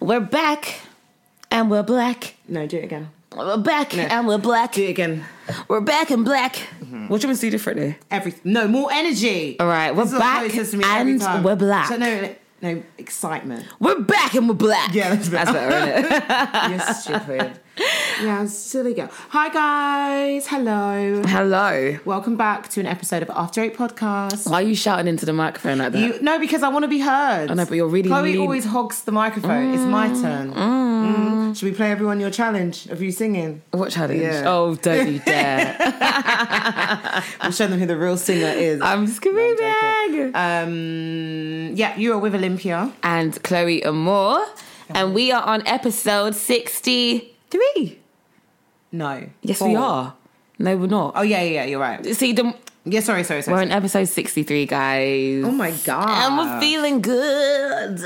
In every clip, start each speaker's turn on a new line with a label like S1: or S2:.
S1: We're back and we're black.
S2: No, do it again.
S1: We're back and we're black.
S2: Do it again.
S1: We're back and black.
S2: What do you want to do differently? Everything. No, more energy.
S1: All right, we're
S2: This is how
S1: back
S2: it says to me every
S1: and
S2: time.
S1: we're black.
S2: So no, no excitement.
S1: We're back and we're black.
S2: Yeah, that's better.
S1: better, isn't it?
S2: You're stupid. Yeah, silly girl. Hi guys. Hello.
S1: Hello.
S2: Welcome back to an episode of After Eight Podcast.
S1: Why are you shouting into the microphone like that?
S2: You, no, because I want to be heard. I
S1: know, but you're really
S2: Chloe
S1: lean.
S2: always hogs the microphone. It's my turn. Mm. Should we play everyone your challenge of you singing?
S1: what challenge?
S2: Yeah.
S1: Oh, don't you dare.
S2: I'll show them who the real singer is.
S1: I'm Scooby Bag.
S2: Um, yeah, you are with Olympia.
S1: And Chloe Amore. And we are on episode 63.
S2: No.
S1: Yes, we
S2: Four.
S1: are. No, we're not.
S2: Oh yeah, yeah, yeah, you're right.
S1: See, the,
S2: Yeah, sorry, sorry, sorry.
S1: we're on episode 63, guys.
S2: Oh my god.
S1: and we're feeling good.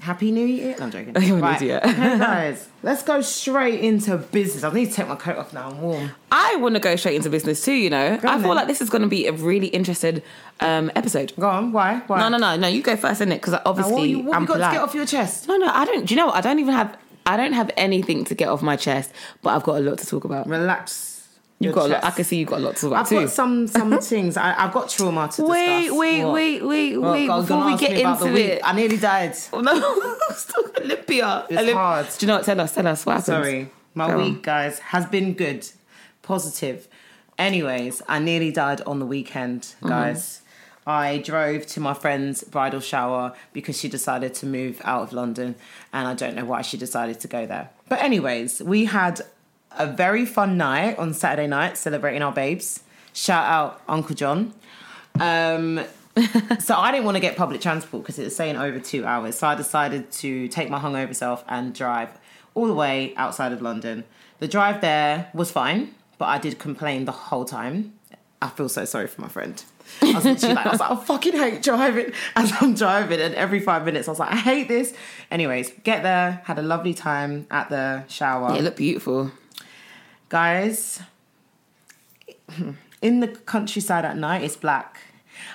S2: Happy New Year. No, I'm joking.
S1: You're an idiot.
S2: okay, guys, let's go straight into business. I need to take my coat off now. I'm warm.
S1: I want to go straight into business too, you know.
S2: Go
S1: I
S2: on
S1: feel
S2: then.
S1: like this is going to be a really interesting um, episode.
S2: Go on. Why? Why?
S1: No, no, no, no. You go first, innit? Because
S2: Now, what
S1: obviously
S2: you, what
S1: I'm
S2: you got
S1: polite.
S2: to get off your chest?
S1: No, no, I don't. Do you know what? I don't even have. I don't have anything to get off my chest, but I've got a lot to talk about.
S2: Relax.
S1: You've
S2: your
S1: got. A lot,
S2: chest.
S1: I can see you've got a lot to talk about
S2: I've
S1: too.
S2: got some some things. I, I've got trauma to discuss.
S1: wait, wait,
S2: What?
S1: wait, wait,
S2: What?
S1: wait.
S2: God,
S1: Before
S2: gonna
S1: we
S2: ask
S1: get
S2: me about the
S1: into
S2: week.
S1: it,
S2: I nearly died.
S1: Oh, no, still Olympia.
S2: It's
S1: Olymp-
S2: hard.
S1: Do you know what? Tell us. Tell us what happened.
S2: Sorry, my
S1: Go on.
S2: week, guys, has been good, positive. Anyways, I nearly died on the weekend,
S1: Mm-hmm.
S2: guys. I drove to my friend's bridal shower because she decided to move out of London, and I don't know why she decided to go there. But anyways, we had a very fun night on Saturday night celebrating our babes. Shout out Uncle John. Um, so I didn't want to get public transport because it was saying over two hours. So I decided to take my hungover self and drive all the way outside of London. The drive there was fine, but I did complain the whole time. I feel so sorry for my friend. I was literally like, I was like, I fucking hate driving as I'm driving, and every five minutes I was like, I hate this. Anyways, get there, had a lovely time at the shower
S1: It looked beautiful.
S2: guys in the countryside at night it's black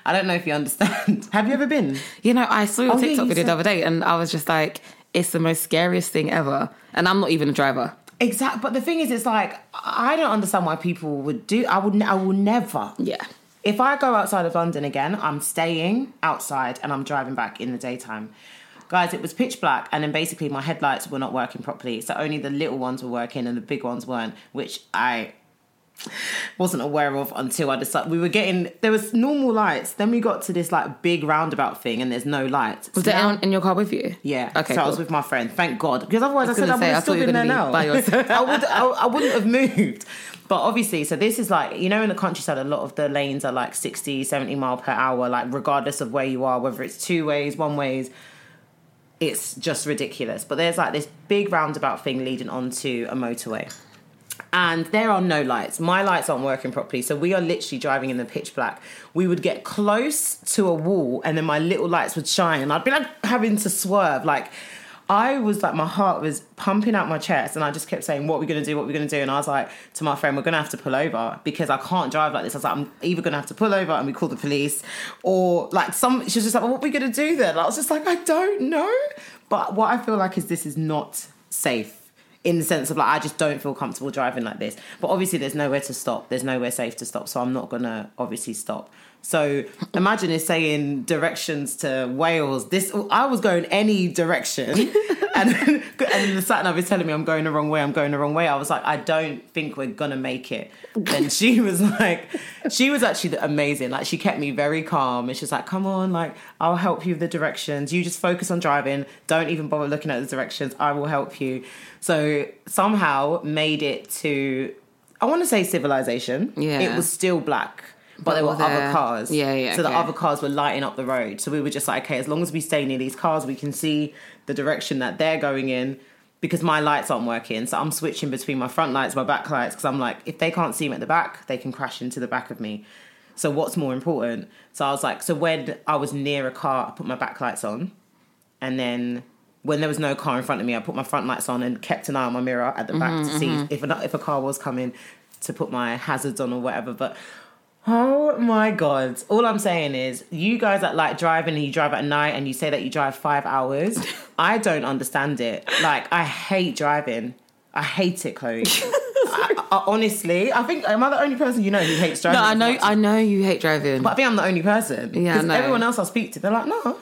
S2: i don't know if you understand have you ever been
S1: You know, I saw your
S2: Oh, yeah,
S1: TikTok
S2: you
S1: video
S2: said-
S1: the other day, and I was just like, "It's the most scariest thing ever." And I'm not even a driver.
S2: exact but the thing is it's like i don't understand why people would do i would i will never
S1: Yeah.
S2: if i go outside of london again i'm staying outside and i'm driving back in the daytime guys it was pitch black and then basically my headlights were not working properly so only the little ones were working and the big ones weren't which i wasn't aware of until I decided we were getting there was normal lights. Then we got to this like big roundabout thing and there's no lights.
S1: Was there anyone in your car with you?
S2: yeah.
S1: Okay.
S2: So I was
S1: cool.
S2: with my friend. Thank God, because otherwise I,
S1: was
S2: said I
S1: gonna
S2: would
S1: say, I thought
S2: have still
S1: you were
S2: been there
S1: gonna
S2: now.
S1: be by yourself.
S2: I would. I, I wouldn't have moved. But obviously, so this is like you know in the countryside, a lot of the lanes are like 60, 70 mile per hour, like regardless of where you are, whether it's two ways, one ways it's just ridiculous. But there's like this big roundabout thing leading onto a motorway. And there are no lights. My lights aren't working properly. So we are literally driving in the pitch black. We would get close to a wall and then my little lights would shine and I'd be like having to swerve. Like I was like my heart was pumping out my chest and I just kept saying, What are we gonna do? What are we gonna do? And I was like to my friend, we're gonna have to pull over because I can't drive like this. I was like, I'm either gonna have to pull over and we call the police or like some she was just like, well, What are we gonna do then? And I was just like, I don't know. But what I feel like is this is not safe in the sense of like I just don't feel comfortable driving like this. But obviously there's nowhere to stop. There's nowhere safe to stop. So I'm not gonna obviously stop. So imagine it's saying directions to Wales. This I was going any direction, and then, and then the sat nav is telling me I'm going the wrong way. I'm going the wrong way. I was like, I don't think we're gonna make it. Then she was like, she was actually amazing. Like she kept me very calm, and she was like, Come on, like I'll help you with the directions. You just focus on driving. Don't even bother looking at the directions. I will help you. So somehow made it to, I want to say civilization.
S1: Yeah.
S2: it was still black. But there were
S1: were there.
S2: other cars.
S1: Yeah, yeah,
S2: So the
S1: okay.
S2: other cars were lighting up the road. So we were just like, okay, as long as we stay near these cars, we can see the direction that they're going in because my lights aren't working. So I'm switching between my front lights, my back lights, because I'm like, if they can't see me at the back, they can crash into the back of me. So what's more important? So I was like, so when I was near a car, I put my back lights on. And then when there was no car in front of me, I put my front lights on and kept an eye on my
S1: Mm, mm-hmm.
S2: mirror at the back to see if a, if a car was coming to put my hazards on or whatever. But Oh my god. All I'm saying is you guys that like driving and you drive at night and you say that you drive five hours, I don't understand it. Like I hate driving. I hate it, Chloe. I, I, honestly, I think am I the only person you know who hates driving?
S1: No, I
S2: as
S1: know,
S2: much?
S1: I know you hate driving.
S2: but I think I'm the only person.
S1: Yeah, I
S2: 'Cause
S1: know.
S2: Everyone else I speak to, they're like, no.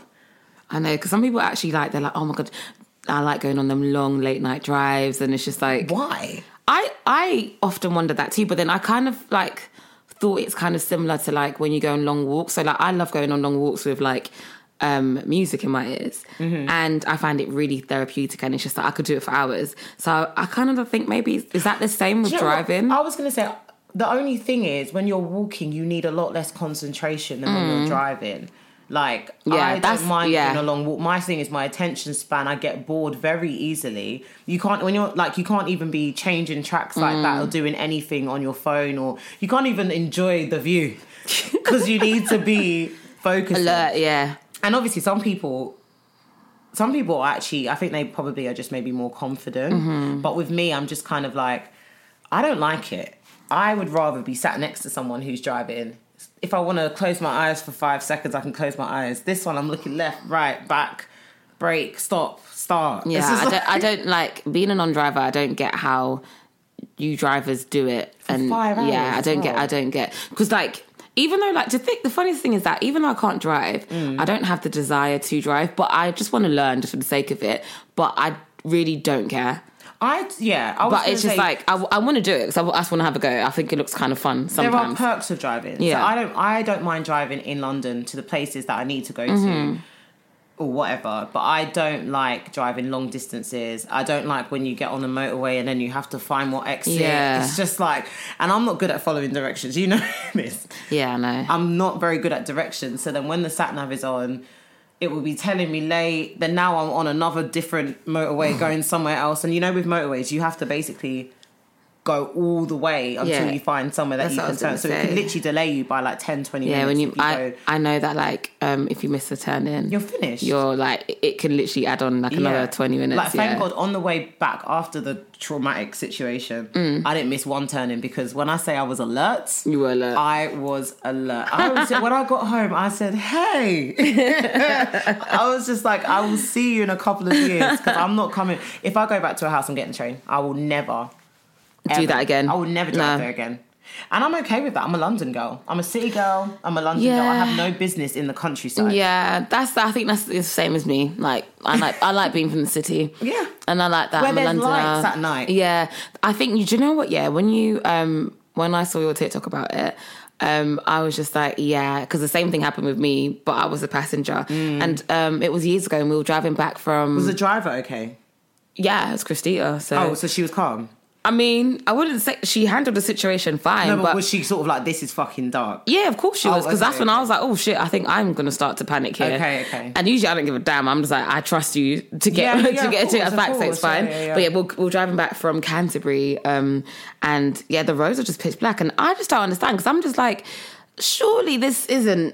S1: I know because some people actually like they're like, oh my god, I like going on them long late night drives, and it's just like
S2: Why?
S1: I I often wonder that too, but then I kind of like thought it's kind of similar to like when you go on long walks. So like I love going on long walks with like um music in my ears
S2: Mm-hmm.
S1: and I find it really therapeutic and it's just like I could do it for hours. So I kind of think maybe is that the same with
S2: Do you know what?
S1: driving?
S2: I was gonna say the only thing is when you're walking, you need a lot less concentration than when you're driving. Like
S1: Mm. Yeah,
S2: I
S1: that's-
S2: don't mind
S1: yeah.
S2: doing a long walk. My thing is my attention span. I get bored very easily. You can't when you're like you can't even be changing tracks like that or
S1: Mm.
S2: doing anything on your phone or you can't even enjoy the view because you need to be focused.
S1: Alert, yeah.
S2: And obviously, some people, some people are actually, I think they probably are just maybe more confident.
S1: Mm-hmm.
S2: But with me, I'm just kind of like, I don't like it. I would rather be sat next to someone who's driving. If I want to close my eyes for five seconds, I can close my eyes. This one, I'm looking left, right, back, brake, stop, start. It's
S1: Yeah,
S2: just
S1: I don't, I
S2: like-
S1: don't like being a non-driver. I don't get how you drivers do it, and
S2: five hours
S1: yeah, I
S2: as
S1: don't get.
S2: well.
S1: I don't get because like even though like to think the funniest thing is that even though I can't drive,
S2: Mm.
S1: I don't have the desire to drive, but I just want to learn just for the sake of it. But I really don't care.
S2: I, yeah. I was
S1: But it's just
S2: gonna say-
S1: like I, want to do it because I, just want to have a go. I think it looks kind of fun
S2: there
S1: sometimes.
S2: are perks of driving.
S1: Yeah.
S2: So I don't I don't mind driving in London to the places that I need to go to
S1: Mm-hmm.
S2: or whatever. But I don't like driving long distances. I don't like when you get on the motorway and then you have to find what exit.
S1: Yeah.
S2: It's just like and I'm not good at following directions, you know this.
S1: yeah, I know.
S2: I'm not very good at directions. So then when the sat nav is on, it will be telling me late. Then now I'm on another different
S1: Mm.
S2: motorway going somewhere else. And you know, with motorways, you have to basically go all the way until
S1: Yeah.
S2: you find somewhere that
S1: That's
S2: you
S1: what I
S2: can
S1: was
S2: turn.
S1: gonna
S2: So it can
S1: say.
S2: literally delay you by like 10, 20
S1: yeah,
S2: minutes.
S1: when you,
S2: if
S1: I,
S2: go-
S1: I know that like um if you miss the turn in,
S2: you're finished.
S1: you're like it can literally add on like another
S2: Yeah.
S1: twenty minutes.
S2: Like, thank
S1: yeah.
S2: God, on the way back after the traumatic situation, I didn't miss one turning because when I say I was alert,
S1: Mm. you were alert.
S2: I was alert. I was, when I got home, I said, "Hey," I was just like, "I will see you in a couple of years because I'm not coming. If I go back to a house, I'm getting the train. I will never
S1: do
S2: ever-
S1: that again.
S2: I will never
S1: No.
S2: drive there again." And I'm okay with that. I'm a London girl. I'm a city girl. I'm a London girl. I
S1: Yeah.
S2: have no business in the countryside.
S1: Yeah, that's. I think that's the same as me. Like I like I like being from the city.
S2: Yeah.
S1: and I like that.
S2: Where
S1: I'm a
S2: there's
S1: Londoner.
S2: lights at night.
S1: Yeah, I think you. Do you know what? Yeah, when you um when I saw your TikTok about it. Um, I was just like, yeah, because the same thing happened with me, but I was a passenger, and um, it was years ago, and we were driving back from
S2: Mm. Was the driver okay?
S1: yeah, it was Christina. So
S2: Oh, so she was calm.
S1: I mean, I wouldn't say she handled the situation fine,
S2: No, but,
S1: but
S2: was she sort of like, "This is fucking dark"?
S1: Yeah, of course she
S2: Oh,
S1: was, because
S2: okay,
S1: that's when I
S2: okay.
S1: was like, oh shit, I think I'm gonna start to panic here.
S2: Okay, okay.
S1: And usually I don't give a damn. I'm just like, I trust you to get
S2: Yeah,
S1: to
S2: yeah,
S1: get
S2: of
S1: to
S2: course,
S1: get
S2: of
S1: back, so
S2: course.
S1: it's fine.
S2: Yeah, yeah, yeah.
S1: But yeah, we're, we're driving back from Canterbury, um, and yeah, the roads are just pitch black, and I just don't understand because I'm just like, surely this isn't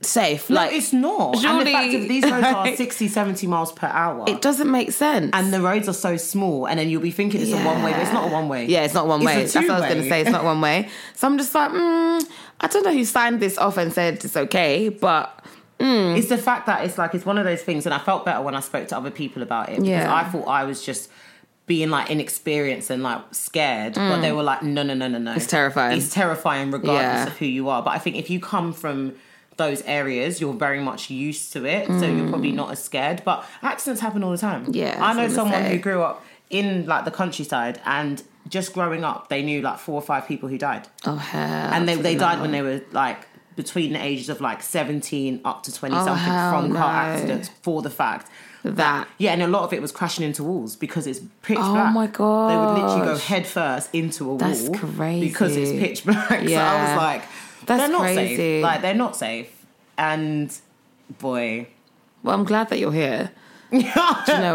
S1: safe.
S2: No,
S1: like
S2: it's not. and the
S1: surely-
S2: fact is these roads are
S1: like-
S2: 60, 70 miles per hour.
S1: it doesn't make sense.
S2: and the roads are so small, and then you'll be thinking it's a one way, but it's not a one way.
S1: Yeah, it's not one
S2: It's
S1: way.
S2: a
S1: That's what I was
S2: two-way.
S1: going to say. It's not one way. So I'm just like, mm, I don't know who signed this off and said it's okay, but Mm.
S2: It's the fact that it's like it's one of those things, and I felt better when I spoke to other people about it because
S1: Yeah.
S2: I thought I was just being like inexperienced and like scared, but they were like, no, no, no, no, no. It's
S1: Mm. terrifying.
S2: It's terrifying regardless
S1: Yeah.
S2: of who you are. But I think if you come from those areas, you're very much used to it, so you're probably not as scared. But accidents happen all the time.
S1: Mm. Yeah,
S2: I
S1: that's
S2: know
S1: what I'm
S2: someone
S1: gonna
S2: who
S1: say.
S2: grew up in like the countryside and just growing up, they knew like four or five people who died
S1: oh hell.
S2: and they, they died when they were like between the ages of like 17 up to 20
S1: Oh,
S2: something
S1: hell
S2: from car
S1: no.
S2: accidents for the fact
S1: that.
S2: yeah and a lot of it was crashing into walls because it's pitch
S1: Oh
S2: black
S1: my
S2: they would literally go
S1: gosh.
S2: head first into a
S1: That's
S2: wall because it's
S1: crazy.
S2: pitch black so i
S1: Yeah.
S2: was like
S1: That's
S2: they're not
S1: crazy.
S2: safe like they're not safe and boy
S1: Well, I'm glad that you're here. Do you know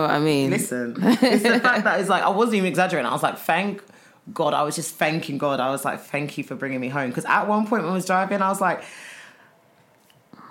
S1: what I mean?
S2: Listen, it's the fact that it's like I wasn't even exaggerating. I was like, thank God. I was just thanking God. I was like, thank you for bringing me home. Because at one point when I was driving, I was like,
S1: Mm.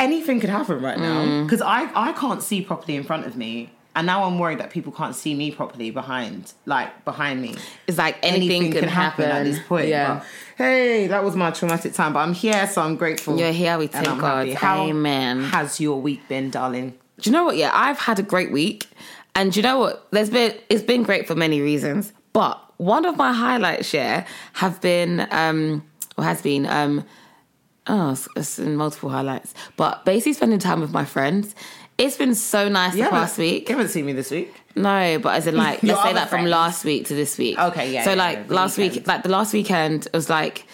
S2: anything could happen right now. Because I I can't see properly in front of me. And now I'm worried that people can't see me properly behind, like behind me.
S1: It's like anything, can, happen,
S2: at this point.
S1: Yeah.
S2: But, hey, that was my traumatic time, but I'm here, so I'm grateful.
S1: You're here, we
S2: And
S1: thank
S2: I'm
S1: God.
S2: happy. How
S1: Amen.
S2: Has your week been, darling?
S1: do you know what? Yeah, I've had a great week, and do you know what? There's been it's been great for many reasons, but one of my highlights, yeah, have been um or has been um oh it's, it's in multiple highlights, but basically spending time with my friends. It's been so nice the past
S2: but-
S1: week.
S2: You haven't seen me this week.
S1: No, but as in like
S2: Your
S1: let's say
S2: other
S1: that from
S2: friends.
S1: last week to this week.
S2: Okay, yeah,
S1: So
S2: yeah,
S1: like
S2: yeah, the
S1: last week,
S2: weekend.
S1: like the last weekend was like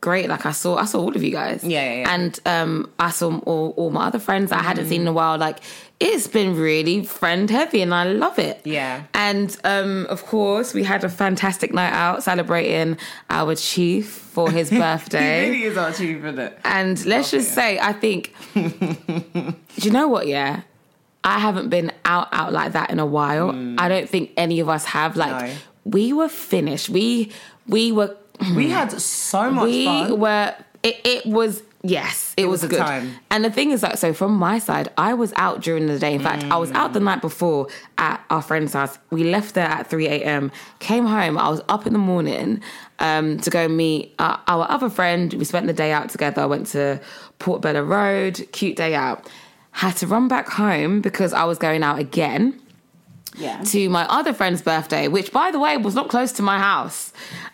S1: great. Like I saw, I saw all of you guys.
S2: Yeah, yeah, Mm-hmm. yeah.
S1: And um, I saw all, all my other friends I hadn't seen in a while. Like it's been really friend heavy, and I love it.
S2: Yeah.
S1: And um, of course, we had a fantastic night out celebrating our chief for his birthday.
S2: It really is our chief, isn't it?
S1: And let's just say, I think, do you know what? Yeah, I haven't been out out like that in a while. I don't think any of us have. Like,
S2: Hmm. No.
S1: we were finished. We we were
S2: We had so much
S1: we
S2: fun.
S1: were. It, it was yes, it, was,
S2: was a
S1: good.
S2: time.
S1: And the thing is that so from my side, I was out during the day. In fact, I was out the night before at our friend's house. We left there at three a.m. Came home. I was up in the morning um, to go meet our, our other friend. We spent the day out together. Went to Port Bella Road. Cute day out. Had to run back home because I was going out again
S2: yeah.
S1: to my other friend's birthday, which by the way was not close to my house.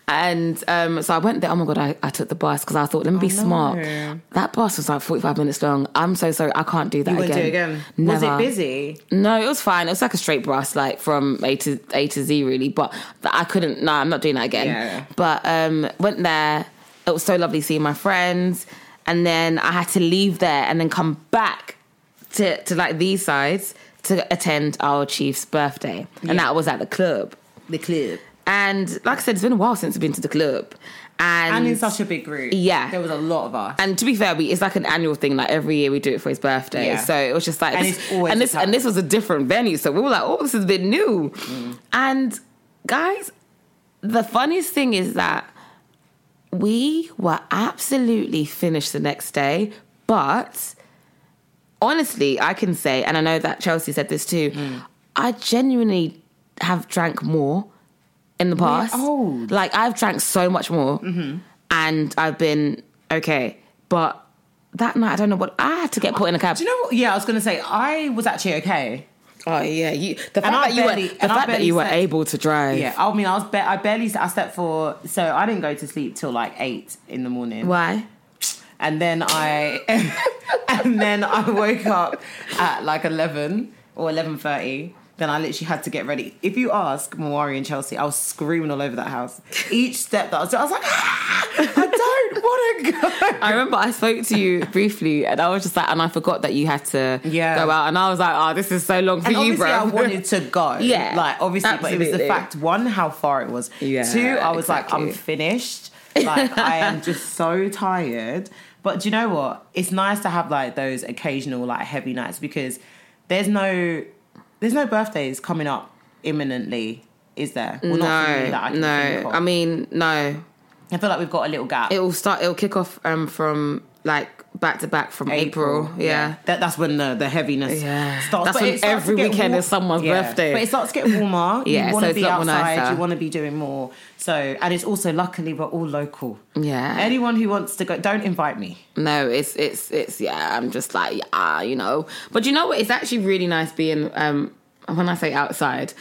S1: And um, so I went there. Oh my god, I, I took the bus because I thought, let me
S2: Oh,
S1: be smart. That bus was like forty five minutes long. I'm so sorry, I can't do that
S2: You went
S1: again.
S2: to again. Was
S1: Never.
S2: it busy?
S1: No, it was fine. It was like a straight bus, like from A to A to Z, really. But th- I couldn't. No, I'm not doing that again.
S2: Yeah.
S1: But um, went there. It was so lovely seeing my friends, and then I had to leave there and then come back to to like these sides to attend our chief's birthday, and that was at the club.
S2: The club.
S1: And like I said, it's been a while since I've been to the club, and
S2: And in such a big group.
S1: Yeah.
S2: There was a lot of us.
S1: and to be fair, we it's like an annual thing. Like every year we do it for his birthday.
S2: Yeah.
S1: So it was just like,
S2: And
S1: this-
S2: it's always
S1: and this
S2: a time.
S1: and this was a different venue. So we were like, oh, this is a bit new.
S2: Mm.
S1: And guys, the funniest thing is that we were absolutely finished the next day, but honestly, I can say, and I know that Chelsea said this too, I genuinely have drank more in the past.
S2: old.
S1: Like I've drank so much more, and I've been okay. But that night, I don't know what I had to get put in a cab.
S2: Do you know what? Yeah, I was going to say, I was actually okay.
S1: oh yeah, you. The fact
S2: I
S1: that you
S2: barely-
S1: were, the
S2: and I
S1: fact that
S2: barely
S1: you were
S2: slept.
S1: able to drive.
S2: Yeah, I mean, I was ba- I barely I slept for so I didn't go to sleep till like eight in the morning,
S1: Why?
S2: and then I and then I woke up at like eleven or eleven thirty. Then I literally had to get ready. If you ask Mawari and Chelsea, I was screaming all over that house. Each step that I was, I was like, "Ah, I don't want to go.
S1: I remember I spoke to you briefly, and I was just like, and I forgot that you had to
S2: Yeah.
S1: go out, and I was like, oh, this is so long for
S2: And
S1: you,
S2: obviously,
S1: bro.
S2: I wanted to go.
S1: Yeah,
S2: like obviously, but it was
S1: absolutely.
S2: the fact one how far it was.
S1: Yeah,
S2: Two, I was
S1: exactly.
S2: like, I'm finished. Like I am just so tired. But do you know what? It's nice to have like those occasional like heavy nights because there's no there's no birthdays coming up imminently, is there? Well, not for me that I
S1: no,
S2: can think
S1: no.
S2: of.
S1: I mean, no.
S2: I feel like we've got a little gap.
S1: It'll start. It'll kick off um, from like back to back from April. Yeah.
S2: That, that's when the, the heaviness
S1: Yeah.
S2: starts.
S1: That's
S2: But
S1: when
S2: it starts to
S1: every
S2: get
S1: weekend is someone's birthday.
S2: But it starts to get warmer.
S1: Yeah,
S2: You
S1: so
S2: want to
S1: it's
S2: be
S1: a lot more nicer.
S2: outside. You want to be doing more. So, and it's also luckily we're all local.
S1: Yeah.
S2: Anyone who wants to go, don't invite me.
S1: No, it's it's it's yeah. I'm just like ah, you know. But you know what? It's actually really nice being um when I say outside.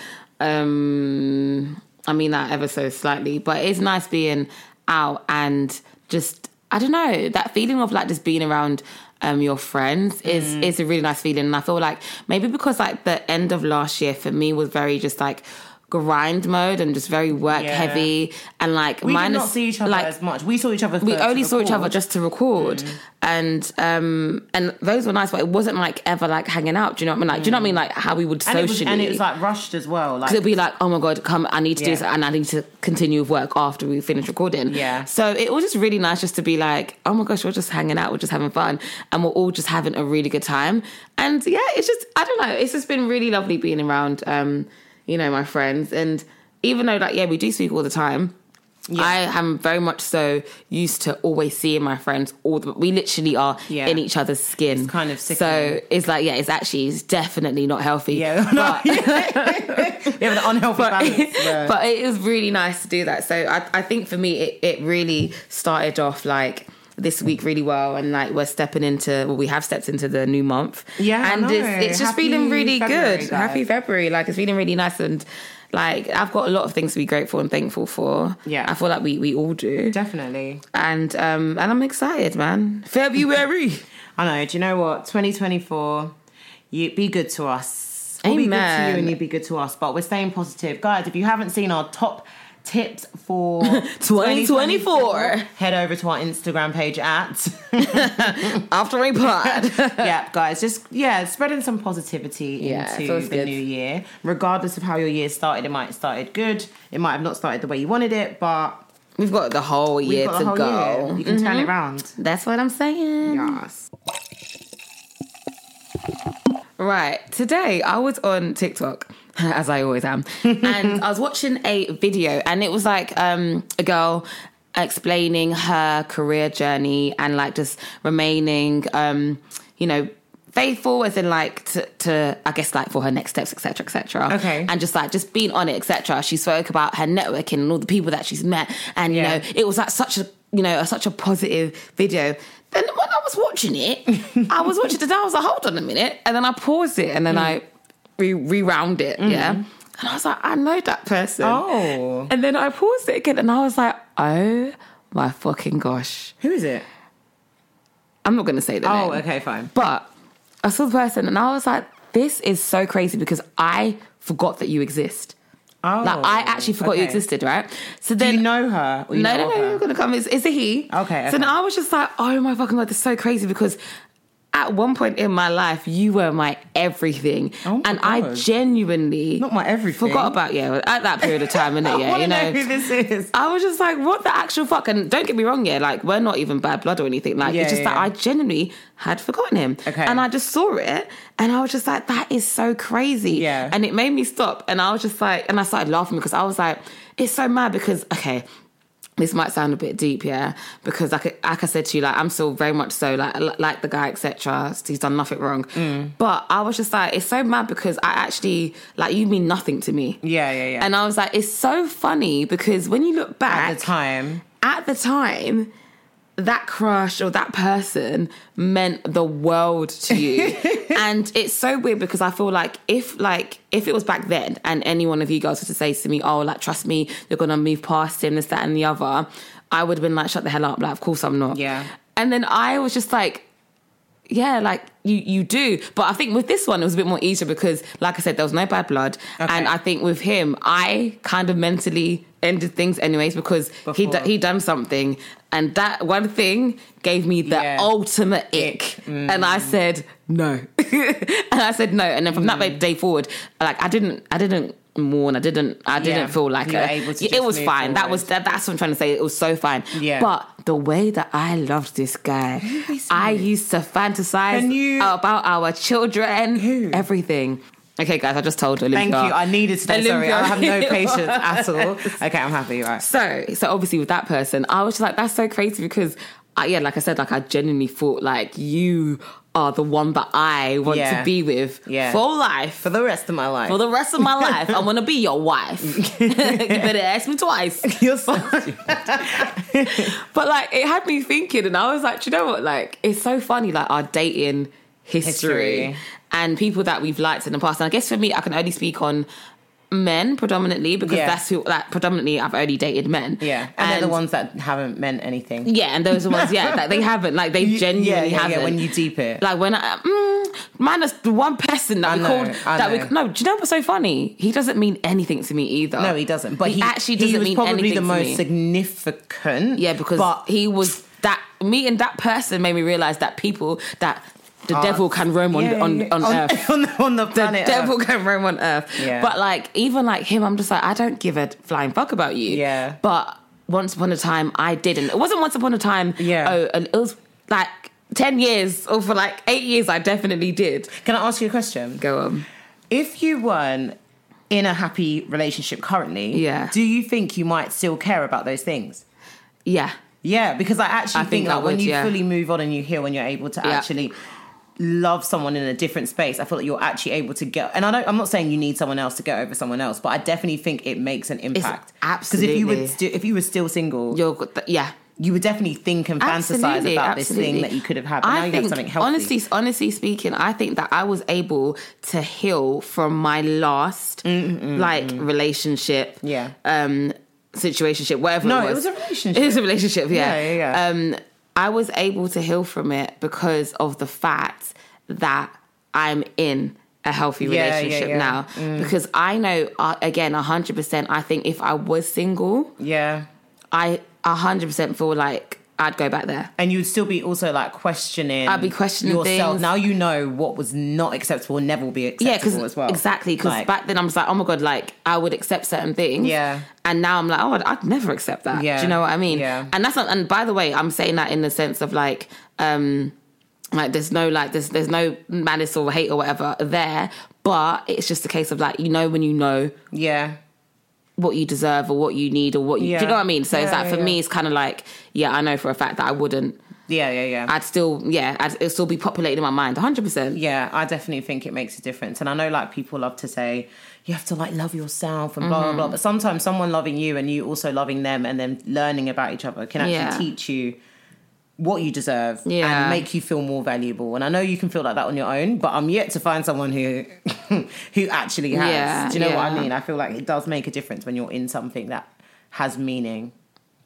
S1: Um, I mean that ever so slightly, but it's nice being out and just I don't know that feeling of like just being around um your friends is
S2: Mm.
S1: is a really nice feeling, and I feel like maybe because like the end of last year for me was very just like grind mode and just very work
S2: Yeah.
S1: heavy and like
S2: We
S1: minus
S2: did not see each other
S1: like
S2: as much. We saw each other.
S1: we
S2: for- to
S1: only saw each
S2: record. Mm.
S1: other just to record and um and those were nice but it wasn't like ever like hanging out do you know what i mean like do you know what i mean like how we would
S2: and
S1: socially
S2: it was, and it was like rushed as well. Like
S1: it'd be like oh my god come i need to do
S2: Yeah.
S1: this and i need to continue with work after we finish recording
S2: Yeah.
S1: so it was just really nice just to be like oh my gosh we're just hanging out we're just having fun and we're all just having a really good time and yeah it's just i don't know it's just been really lovely being around um you know my friends and even though like yeah we do speak all the time I am very much so used to always seeing my friends. All the, we literally are
S2: Yeah.
S1: in each other's skin. It's
S2: kind of
S1: So
S2: sickening.
S1: it's like, yeah, it's actually it's definitely not healthy.
S2: Yeah, no,
S1: But,
S2: you have an unhealthy balance. Yeah.
S1: but it is really nice to do that. So I, I think for me, it, it really started off like this week really well and like we're stepping into well we have stepped into the new month
S2: Yeah, I
S1: and
S2: know.
S1: it's, it's just
S2: Happy
S1: feeling really
S2: February,
S1: good
S2: guys.
S1: happy february like it's feeling really nice and like i've got a lot of things to be grateful and thankful for
S2: Yeah.
S1: i feel like we we all do
S2: Definitely.
S1: and um and i'm excited man february
S2: I know. Do you know what? 2024, you be good to us. We'll be good to
S1: Amen.
S2: you and you be good to us. But we're staying positive. Guys, if you haven't seen our top tips for
S1: 2024.
S2: head over to our Instagram page at.
S1: after a pod
S2: yeah, guys, just, yeah, spreading some positivity
S1: Yeah, it's
S2: into
S1: always
S2: the
S1: good.
S2: new year. Regardless of how your year started, it might have started good. It might have not started the way you wanted it, but
S1: we've got the whole
S2: you've
S1: year
S2: got
S1: to
S2: the whole
S1: go Mm-hmm.
S2: year. You can turn it around.
S1: that's what i'm saying
S2: Yes.
S1: Right. Today I was on TikTok, as I always am, and I was watching a video and it was like um a girl explaining her career journey and like just remaining um, you know, faithful as in like to, to I guess like for her next steps, etc. etc.
S2: Okay.
S1: And just like just being on it, etc. She spoke about her networking and all the people that she's met and
S2: Yeah.
S1: you know, it was like such a you know, such a positive video. Then when I was watching it, I was watching it and I was like, hold on a minute. And then I paused it and then I re- rewound it. Yeah. And I was like, I know that person.
S2: Mm. Oh.
S1: And then I paused it again and I was like, oh my fucking gosh.
S2: Who is it?
S1: I'm not going to say the name.
S2: Oh, okay, fine.
S1: But I saw the person and I was like, this is so crazy because I forgot that you exist.
S2: Oh.
S1: Like, I actually forgot you
S2: okay.
S1: existed, right? So
S2: Do
S1: then.
S2: you know her? Or you
S1: no,
S2: know
S1: no,
S2: of
S1: no,
S2: her?
S1: you're gonna come. It's, it's a he.
S2: Okay,
S1: So
S2: okay.
S1: now I was just like, oh my fucking god, this is so crazy because at one point in my life, you were my everything,
S2: Oh my
S1: and I
S2: God.
S1: genuinely
S2: Not my everything.
S1: forgot about you at that period of time, innit?
S2: I
S1: Yeah,
S2: wanna
S1: you know.
S2: know who this is.
S1: I was just like, what the actual fuck? And don't get me wrong, yeah, like we're not even bad blood or anything. Like
S2: Yeah,
S1: it's just
S2: yeah,
S1: that
S2: yeah.
S1: I genuinely had forgotten him.
S2: Okay.
S1: And I just saw it and I was just like, that is so crazy.
S2: Yeah.
S1: And it made me stop. And I was just like, and I started laughing because I was like, it's so mad because, okay. This might sound a bit deep, yeah, because like, I- like I said to you, like I'm still very much so like li- like the guy, etc. He's done nothing wrong,
S2: Mm.
S1: but I was just like, it's so mad because I actually like you mean nothing to me,
S2: Yeah, yeah, yeah.
S1: and I was like, it's so funny because when you look back
S2: At the time.
S1: at the time, that crush or that person meant the world to you. and it's so weird because I feel like if like if it was back then and any one of you girls were to say to me, Oh, like trust me, you're gonna move past him, this, that, and the other, I would have been like, Shut the hell up, like of course I'm not.
S2: Yeah.
S1: And then I was just like, yeah, like you you do. But I think with this one it was a bit more easier because like I said, there was no bad blood. And I think with him, I kind of mentally ended things anyways because he d-
S2: Before.
S1: he done something and that one thing gave me the
S2: Yeah. Mm.
S1: ultimate ick. And I said no. and I said no. And then from
S2: Mm.
S1: that day forward, like I didn't I didn't mourn. I didn't I didn't
S2: Yeah.
S1: feel like
S2: You were
S1: a-
S2: able to
S1: it
S2: just
S1: was
S2: move
S1: fine. That
S2: forward.
S1: was that, that's what I'm trying to say. It was so fine.
S2: Yeah.
S1: But the way that I loved this guy,
S2: is
S1: I used to fantasize
S2: Can you-
S1: about our children,
S2: Who?
S1: everything. Okay, guys, I just told Olympia.
S2: Thank you. I needed to know. Sorry,
S1: Olympia.
S2: I have no patience at all. Okay, I'm happy. Right.
S1: So, so obviously with that person, I was just like, that's so crazy because, I, yeah, like I said, like I genuinely thought like you are the one that I want
S2: Yeah.
S1: to be with
S2: Yeah.
S1: for life.
S2: For the rest of my life.
S1: for the rest of my life, I want to be your wife. you better ask me twice.
S2: You're so stupid.
S1: But like it had me thinking, and I was like, do you know what? Like it's so funny, like our dating history,
S2: History.
S1: and people that we've liked in the past. And I guess for me, I can only speak on men predominantly because
S2: Yeah.
S1: that's who like predominantly I've only dated men.
S2: Yeah, and, they're the ones that haven't meant anything.
S1: Yeah, and those are ones. Yeah, that they haven't. Like they
S2: You-
S1: genuinely
S2: yeah, yeah,
S1: haven't.
S2: Yeah, when you deep it.
S1: Like when I mm, minus the one person that
S2: I
S1: we
S2: know,
S1: called
S2: I
S1: that
S2: know.
S1: we no. Do you know what's so funny? He doesn't mean anything to me either.
S2: no, he doesn't. But
S1: he,
S2: he,
S1: actually doesn't
S2: he was
S1: mean
S2: probably
S1: anything
S2: the
S1: to
S2: most
S1: me.
S2: significant.
S1: Yeah, because
S2: but
S1: he was that meeting that person made me realize that people that the
S2: Are-
S1: devil can roam on
S2: Yeah,
S1: on,
S2: yeah,
S1: on
S2: yeah.
S1: earth.
S2: on, the- on the
S1: The
S2: planet. Earth.
S1: devil can roam on earth.
S2: Yeah.
S1: But like even like him, I'm just like I don't give a flying fuck about you.
S2: Yeah.
S1: But once upon a time, I didn't. It wasn't once upon a time.
S2: Yeah.
S1: Oh, and it was like ten years or for like eight years. I definitely did
S2: Can I ask you a question?
S1: go on.
S2: If you weren't in a happy relationship currently,
S1: Yeah.
S2: do you think you might still care about those things?
S1: Yeah.
S2: Yeah, because I actually
S1: I
S2: think,
S1: think
S2: that,
S1: that
S2: when
S1: would,
S2: you
S1: yeah.
S2: fully move on and you heal and you're able to
S1: Yeah.
S2: actually love someone in a different space, I feel like you're actually able to get. And I don't. I'm not saying you need someone else to get over someone else, but I definitely think it makes an impact. if you
S1: absolutely.
S2: were sti- if you were still single,
S1: You're good. Yeah.
S2: you would definitely think and fantasize
S1: Absolutely,
S2: about this
S1: absolutely.
S2: thing that you could have had. But now you have something healthy.
S1: honestly, honestly speaking, I think that I was able to heal from my last like relationship,
S2: Yeah.
S1: um, situationship, whatever.
S2: No,
S1: it
S2: it
S1: was,
S2: was a relationship.
S1: It was a relationship. Yeah,
S2: Yeah, yeah, yeah.
S1: Um, I was able to heal from it because of the fact that I'm in a healthy
S2: Yeah, yeah,
S1: relationship
S2: yeah. Mm.
S1: now. Because I know, uh, again, hundred percent. I think if I was single,
S2: yeah.
S1: I hundred percent feel like I'd go back there.
S2: And you'd still be also like questioning.
S1: I'd be questioning
S2: yourself.
S1: things.
S2: Now you know what was not acceptable, and never will be
S1: yeah,
S2: acceptable
S1: because
S2: as well.
S1: exactly because
S2: Like,
S1: back then I was like, oh my god, like I would accept certain things.
S2: Yeah.
S1: and now I'm like, oh, I'd, I'd never accept that.
S2: Yeah.
S1: do you know what I mean?
S2: Yeah.
S1: and that's not. And by the way, I'm saying that in the sense of like, um, like there's no like there's there's no malice or hate or whatever there, but it's just a case of like you know when you know
S2: yeah,
S1: what you deserve or what you need or what you do
S2: Yeah.
S1: you know what I mean? So it's
S2: Yeah,
S1: like
S2: yeah,
S1: for
S2: yeah.
S1: me, it's kind of like yeah, I know for a fact that I wouldn't.
S2: yeah, yeah, yeah.
S1: I'd still yeah, I'd it'd still be populated in my mind, 100. percent
S2: yeah, I definitely think it makes a difference. And I know like people love to say you have to like love yourself and blah blah
S1: Mm-hmm.
S2: blah. But sometimes someone loving you and you also loving them and then learning about each other can actually
S1: Yeah.
S2: teach you what you deserve
S1: Yeah.
S2: and make you feel more valuable. And I know you can feel like that on your own, but I'm yet to find someone who who actually has.
S1: Yeah,
S2: Do you know what I
S1: yeah.
S2: mean? I feel like it does make a difference when you're in something that has meaning.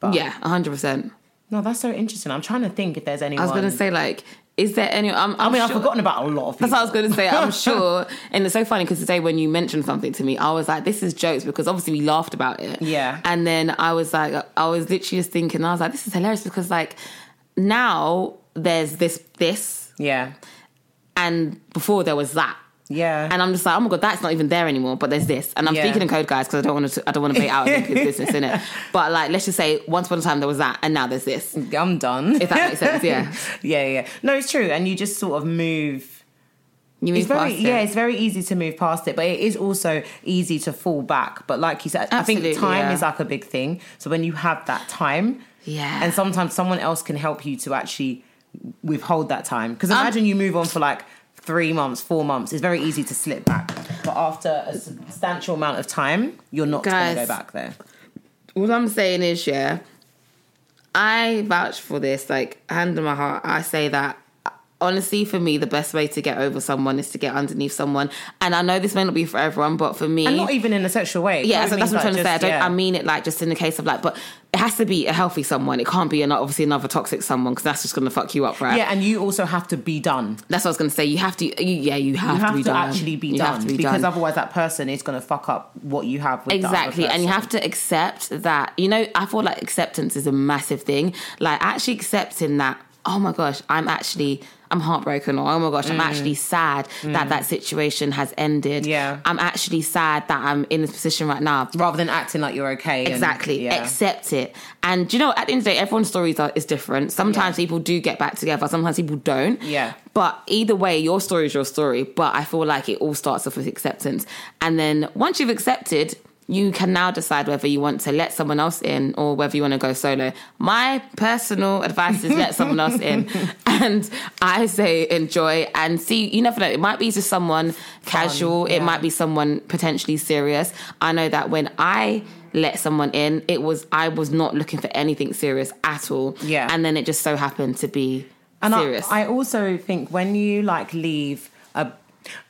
S2: But
S1: Yeah, 100. percent
S2: No, that's so interesting. I'm trying to think if there's anyone
S1: I was gonna say like, is there any? I'm, I'm
S2: I mean, I've
S1: sure-
S2: forgotten about a lot of people.
S1: That's what I was gonna say. I'm sure, and it's so funny because today when you mentioned something to me, I was like, "This is jokes" because obviously we laughed about it.
S2: Yeah.
S1: And then I was like, I was literally just thinking, I was like, "This is hilarious" because like now there's this this,
S2: Yeah.
S1: and before there was that.
S2: Yeah.
S1: And I'm just like, oh my god, that's not even there anymore. But there's this, and I'm
S2: Yeah.
S1: speaking in code, guys, because I don't want to. I don't want to bait out of business in it. But like, let's just say, once upon a time there was that, and now there's this.
S2: I'm done.
S1: If that makes sense, yeah.
S2: yeah, yeah. No, it's true. And you just sort of move.
S1: You move
S2: It's very,
S1: past it.
S2: yeah, it's very easy to move past it, but it is also easy to fall back. But like you said, I
S1: Absolutely,
S2: think time
S1: yeah.
S2: is like a big thing. So when you have that time,
S1: Yeah.
S2: and sometimes someone else can help you to actually withhold that time. Because
S1: Um,
S2: imagine you move on for like three months, four months, it's very easy to slip back. But after a substantial amount of time, you're not going
S1: Guys.
S2: to go back there.
S1: what I'm saying is, yeah, I vouch for this, like, hand on my heart. I say that honestly, for me, the best way to get over someone is to get underneath someone. And I know this may not be for everyone, but for me,
S2: And not even in a sexual way.
S1: yeah,
S2: It
S1: so that's what I'm trying
S2: means, like,
S1: to say. I,
S2: just-
S1: don't,
S2: yeah.
S1: I mean it like just in the case of like, but it has to be a healthy someone. It can't be an, obviously another toxic someone because that's just going to fuck you up, right?
S2: Yeah, and you also have to be done.
S1: That's what I was going to say. You have to, you, yeah, you have,
S2: You have
S1: to be
S2: to
S1: done.
S2: actually be
S1: You
S2: done
S1: have to be
S2: because
S1: done.
S2: otherwise that person is going to fuck up what you have with the other
S1: exactly and you
S2: person.
S1: have to accept that you know i feel like acceptance is a massive thing like actually accepting that oh my gosh i'm actually i'm heartbroken or oh my gosh
S2: Mm.
S1: i'm actually sad that that situation has ended
S2: Yeah.
S1: i'm actually sad that i'm in this position right now
S2: rather than acting like you're okay. and-
S1: Exactly.
S2: yeah.
S1: Accept it. And do you know, at the end of the day, everyone's stories are is different. Sometimes people do get back together, sometimes people don't.
S2: Yeah.
S1: But either way, your story is your story. But I feel like it all starts off with acceptance. And then once you've accepted, you can now decide whether you want to let someone else in or whether you want to go solo. My personal advice is let someone else in. And I say enjoy and see, you never know. It might be to someone casual, it
S2: yeah.
S1: might be someone potentially serious. I know that when I let someone in, it was I was not looking for anything serious at all.
S2: Yeah.
S1: And then it just so happened to be
S2: and I-
S1: serious.
S2: I, also think when you like leave a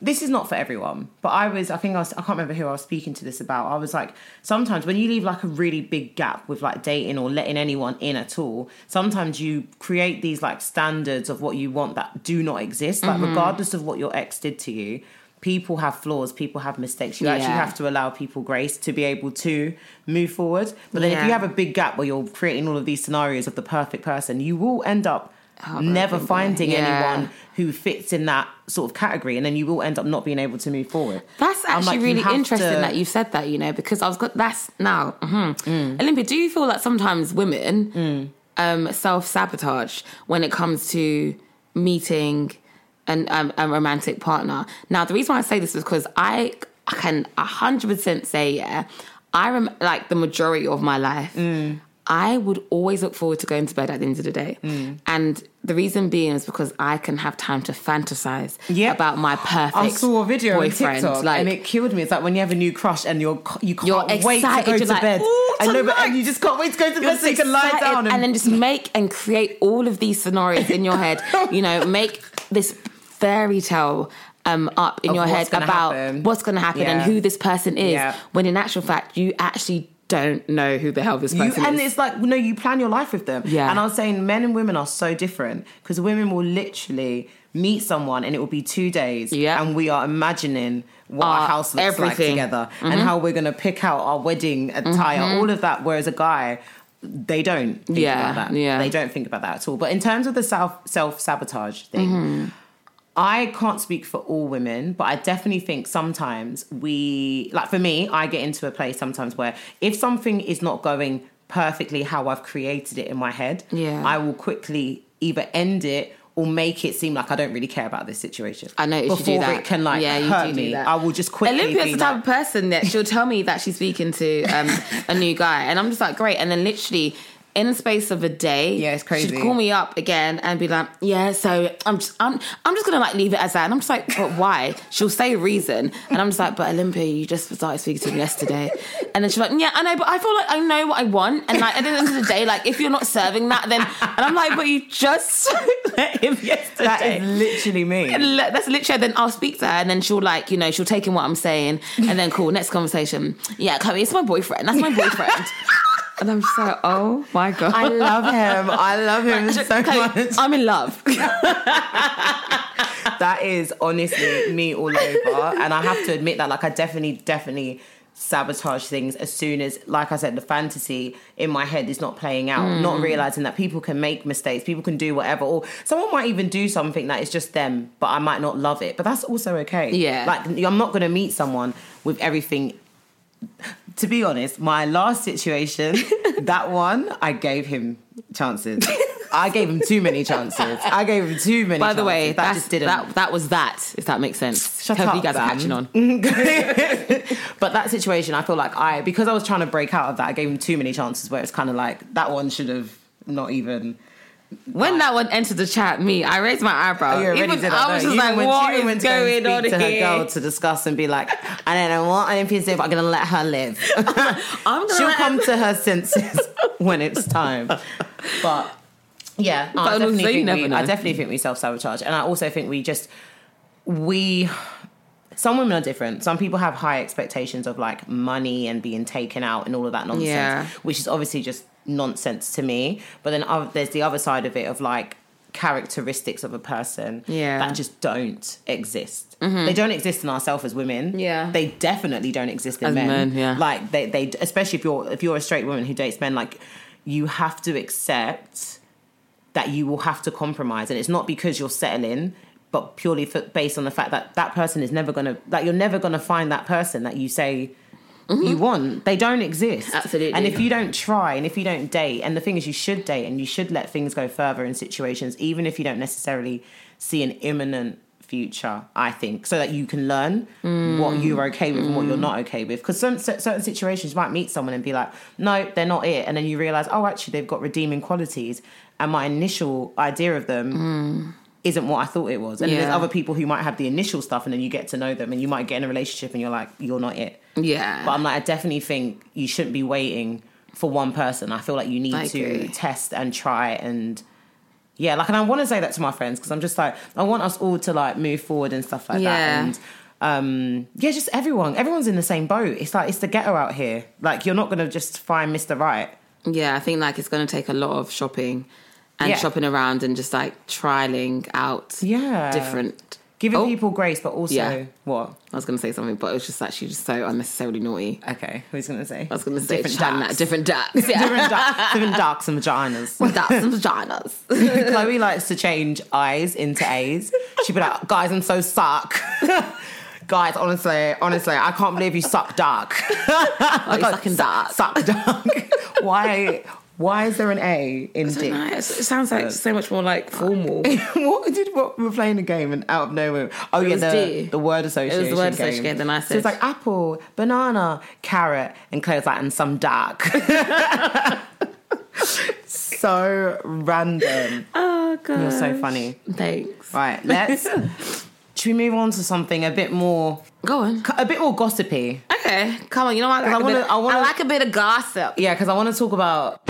S2: this is not for everyone, but I was I think I was I can't remember who I was speaking to this about. I was like sometimes when you leave like a really big gap with like dating or letting anyone in at all, sometimes you create these like standards of what you want that do not exist. Like regardless of what your ex did to you, people have flaws, people have mistakes. You actually
S1: Yeah.
S2: have to allow people grace to be able to move forward. But then if
S1: Yeah.
S2: you have a big gap where you're creating all of these scenarios of the perfect person, you will end up never
S1: boy.
S2: finding
S1: Yeah.
S2: anyone who fits in that sort of category, and then you will end up not being able to move forward.
S1: That's
S2: I'm
S1: actually
S2: like, you have
S1: really interesting
S2: to-
S1: that you said that, you know, because I was got that's now. mhm.
S2: Mm.
S1: Olympia, do you feel that sometimes women um, self sabotage when it comes to meeting an, um, a romantic partner? Now, the reason why I say this is because I I can hundred percent say yeah. I rem- like the majority of my life.
S2: Mm.
S1: I would always look forward to going to bed at the end of the day,
S2: Mm.
S1: and the reason being is because I can have time to fantasize
S2: Yep.
S1: about my perfect
S2: I saw a video
S1: boyfriend.
S2: on TikTok
S1: like
S2: and it killed me. It's like when you have a new crush and you're c- you can't
S1: You're
S2: wait to
S1: excited.
S2: go
S1: You're
S2: to
S1: like,
S2: bed.
S1: "Ooh,
S2: I know, but-
S1: tonight."
S2: and you just can't wait to go to bed so you can lie
S1: excited
S2: down and,
S1: then just make and create all of these scenarios in your head. You know, make this fairy tale um, up in
S2: Of
S1: your
S2: what's
S1: head
S2: gonna
S1: about
S2: happen.
S1: what's going to happen
S2: Yeah.
S1: and who this person is.
S2: Yeah.
S1: When in actual fact, you actually don't know who the hell this
S2: You-
S1: person
S2: and
S1: is.
S2: it's like no, you plan your life with them.
S1: Yeah.
S2: And I was saying, men and women are so different because women will literally meet someone and it will be two days.
S1: Yeah.
S2: And we are imagining what our,
S1: Our
S2: house looks like
S1: everything. Mm-hmm.
S2: together and how we're gonna pick out our wedding attire, all of that. Whereas a guy. They don't think
S1: Yeah,
S2: about that.
S1: yeah.
S2: They don't think about that at all. But in terms of the self self sabotage thing,
S1: Mm-hmm.
S2: I can't speak for all women, but I definitely think sometimes we, like for me, I get into a place sometimes where if something is not going perfectly how I've created it in my head,
S1: Yeah.
S2: I will quickly either end it or make it seem like I don't really care about this situation.
S1: I know
S2: before
S1: you do that.
S2: it can like
S1: yeah, you
S2: hurt
S1: do
S2: me.
S1: Do that.
S2: I will just quickly.
S1: Olympia's
S2: be
S1: the
S2: like-
S1: type of person that she'll tell me that she's speaking to um, a new guy, and I'm just like, great. And then literally. In the space of a day,
S2: Yeah, it's crazy.
S1: She'd call me up again and be like, "Yeah, so I'm just, I'm, I'm just gonna like leave it as that." And I'm just like, "But why?" She'll say a reason, and I'm just like, "But Olympia, you just started speaking to me yesterday," and then she's like, "Yeah, I know, but I feel like I know what I want." And like at the end of the day, like if you're not serving that, then and I'm like, "But you just let him yesterday."
S2: that is literally me.
S1: And li- that's literally then I'll speak to her and then she'll like you know she'll take in what I'm saying and then cool next conversation yeah Chloe it's my boyfriend that's my boyfriend and I'm just like oh my god
S2: I love him. I love him
S1: Like,
S2: so
S1: Chloe,
S2: much.
S1: I'm in love
S2: that is honestly me all over. And I have to admit that, like, I definitely, definitely sabotage things as soon as, like I said, the fantasy in my head is not playing out. Not
S1: Hmm.
S2: realizing that people can make mistakes, people can do whatever, or someone might even do something that is just them, but I might not love it. But that's also okay.
S1: Yeah.
S2: Like, I'm not going to meet someone with everything. To be honest, my last situation, that one, I gave him chances. I gave him too many chances. I gave him too many.
S1: by the
S2: chances.
S1: way
S2: that
S1: that's-
S2: just didn't.
S1: that, that was that if that makes sense
S2: Shut
S1: hope
S2: up,
S1: you guys are
S2: fam.
S1: catching on
S2: but that situation, I feel like I because I was trying to break out of that, I gave him too many chances where it's kind of like that one should have not even.
S1: when that one entered the chat me I raised my eyebrow
S2: You already
S1: even,
S2: did.
S1: I was
S2: know.
S1: just
S2: You
S1: like
S2: went-
S1: what
S2: you
S1: is
S2: went to go and
S1: going on
S2: speak to
S1: here
S2: her girl to discuss and be like, I don't know what I'm if I'm gonna let her live.
S1: I'm gonna
S2: She'll
S1: let
S2: come to her senses when it's time. But yeah, I
S1: But
S2: definitely,
S1: also you
S2: think
S1: never
S2: we,
S1: know.
S2: I definitely think we self sabotage, and I also think we just we. Some women are different. Some people have high expectations of like money and being taken out and all of that nonsense,
S1: Yeah.
S2: which is obviously just nonsense to me. But then oth- there's the other side of it of like characteristics of a person
S1: Yeah. Mm-hmm.
S2: that just don't exist. They don't exist in ourselves as women.
S1: Yeah.
S2: they definitely don't exist in
S1: As
S2: men.
S1: men, yeah.
S2: Like they, they especially if you're if you're a straight woman who dates men, like you have to accept that you will have to compromise, and it's not because you're settling, but purely for, based on the fact that that person is never gonna like you're never gonna find that person that you say. You want. They don't exist.
S1: Mm-hmm. Absolutely.
S2: And if you don't try and if you don't date, and the thing is, you should date and you should let things go further in situations, even if you don't necessarily see an imminent future, I think, so that you can learn
S1: Mm.
S2: what you're okay with and what you're not okay with. Because some cer- certain situations you might meet someone and be like, no, they're not it. And then you realize, oh, actually, they've got redeeming qualities. And my initial idea of them isn't what I thought it was. And there's
S1: Mm. Yeah.
S2: other people who might have the initial stuff, and then you get to know them and you might get in a relationship and you're like, you're not it.
S1: yeah
S2: But I'm like, I definitely think you shouldn't be waiting for one person. I feel like you need
S1: I
S2: to
S1: agree.
S2: test and try and yeah, like, and I want to say that to my friends because I'm just like, I want us all to like move forward and stuff like
S1: Yeah.
S2: that. And um, yeah, just everyone, everyone's in the same boat. It's like it's the ghetto out here. Like you're not gonna just find Mr. Right.
S1: Yeah, I think like it's going to take a lot of shopping and
S2: Yeah.
S1: shopping around and just like trialing out
S2: Yeah,
S1: different.
S2: Giving
S1: Oh.
S2: people grace, but also
S1: Yeah.
S2: what?
S1: I was going to say something, but it was just actually just so unnecessarily naughty.
S2: Okay, who's gonna say?
S1: I was going to say
S2: different
S1: trying
S2: ducks.
S1: that different ducks, yeah,
S2: different, ducks, different ducks and vaginas.
S1: ducks and vaginas.
S2: Chloe likes to change I's into A's. She'd be like, guys, I'm so suck. guys, honestly, honestly, I can't believe you suck dark.
S1: Oh, you sucking ducks.
S2: suck dark. Why? Why is there an A
S1: I
S2: in
S1: don't
S2: dick?
S1: know, it's- it sounds like so much more like formal.
S2: what did what we were playing a game and out of nowhere? Oh yeah,
S1: was
S2: the,
S1: D.
S2: the word association.
S1: word
S2: game.
S1: association, then I
S2: So it's
S1: said-
S2: like apple, banana, carrot, and Claire's like and some dark. so random.
S1: Oh god,
S2: You're so funny.
S1: Thanks.
S2: Right, let's. should we move on to something a bit more,
S1: Go on.
S2: a bit more gossipy?
S1: Okay, come on. You know what? I, like
S2: I
S1: a
S2: wanna-
S1: bit-
S2: I wanna-
S1: I like a bit of gossip.
S2: Yeah, because I want to talk about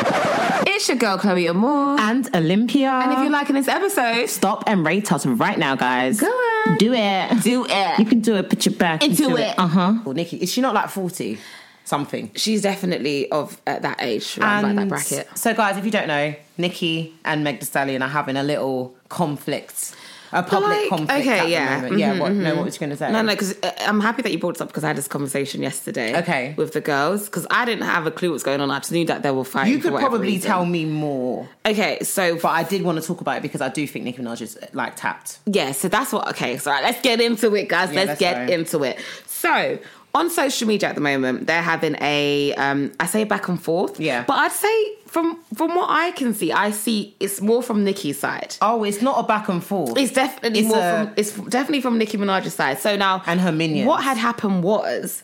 S1: It's your girl Chloe Amore.
S2: and Olympia.
S1: And if you're liking this episode,
S2: stop and rate us right now, guys.
S1: Go on.
S2: do it.
S1: do
S2: You
S1: it.
S2: can do it. Put your back
S1: Into it.
S2: Uh huh. Well, Nikki, is she not like forty something?
S1: She's definitely of at that age, around about that bracket.
S2: So, guys, if you don't know, Nikki and Meg Thee Stallion are having a little conflict, a public
S1: like,
S2: conflict.
S1: okay,
S2: at the
S1: yeah.
S2: moment. yeah. What, no, what was you going to say?
S1: No, no, because I'm happy that you brought this up because I had this conversation yesterday.
S2: Okay.
S1: With the girls because I didn't have a clue what's going on. I just knew that they were fighting.
S2: You
S1: for
S2: could
S1: whatever
S2: probably
S1: reason.
S2: tell me more,
S1: Okay, so
S2: but I did want to talk about it because I do think Nicki Minaj is uh, like tapped.
S1: yeah, so that's what. Okay, so right, let's get into it, guys. let's
S2: let's
S1: get
S2: go.
S1: into it. So. On social media at the moment, they're having a um, I say back and forth.
S2: Yeah.
S1: but I'd say from from what I can see, I see it's more from Nikki's side.
S2: Oh, it's not a back and forth.
S1: It's definitely
S2: It's
S1: more
S2: a-
S1: from it's definitely from Nicki Minaj's side. So now
S2: And her minions.
S1: What had happened was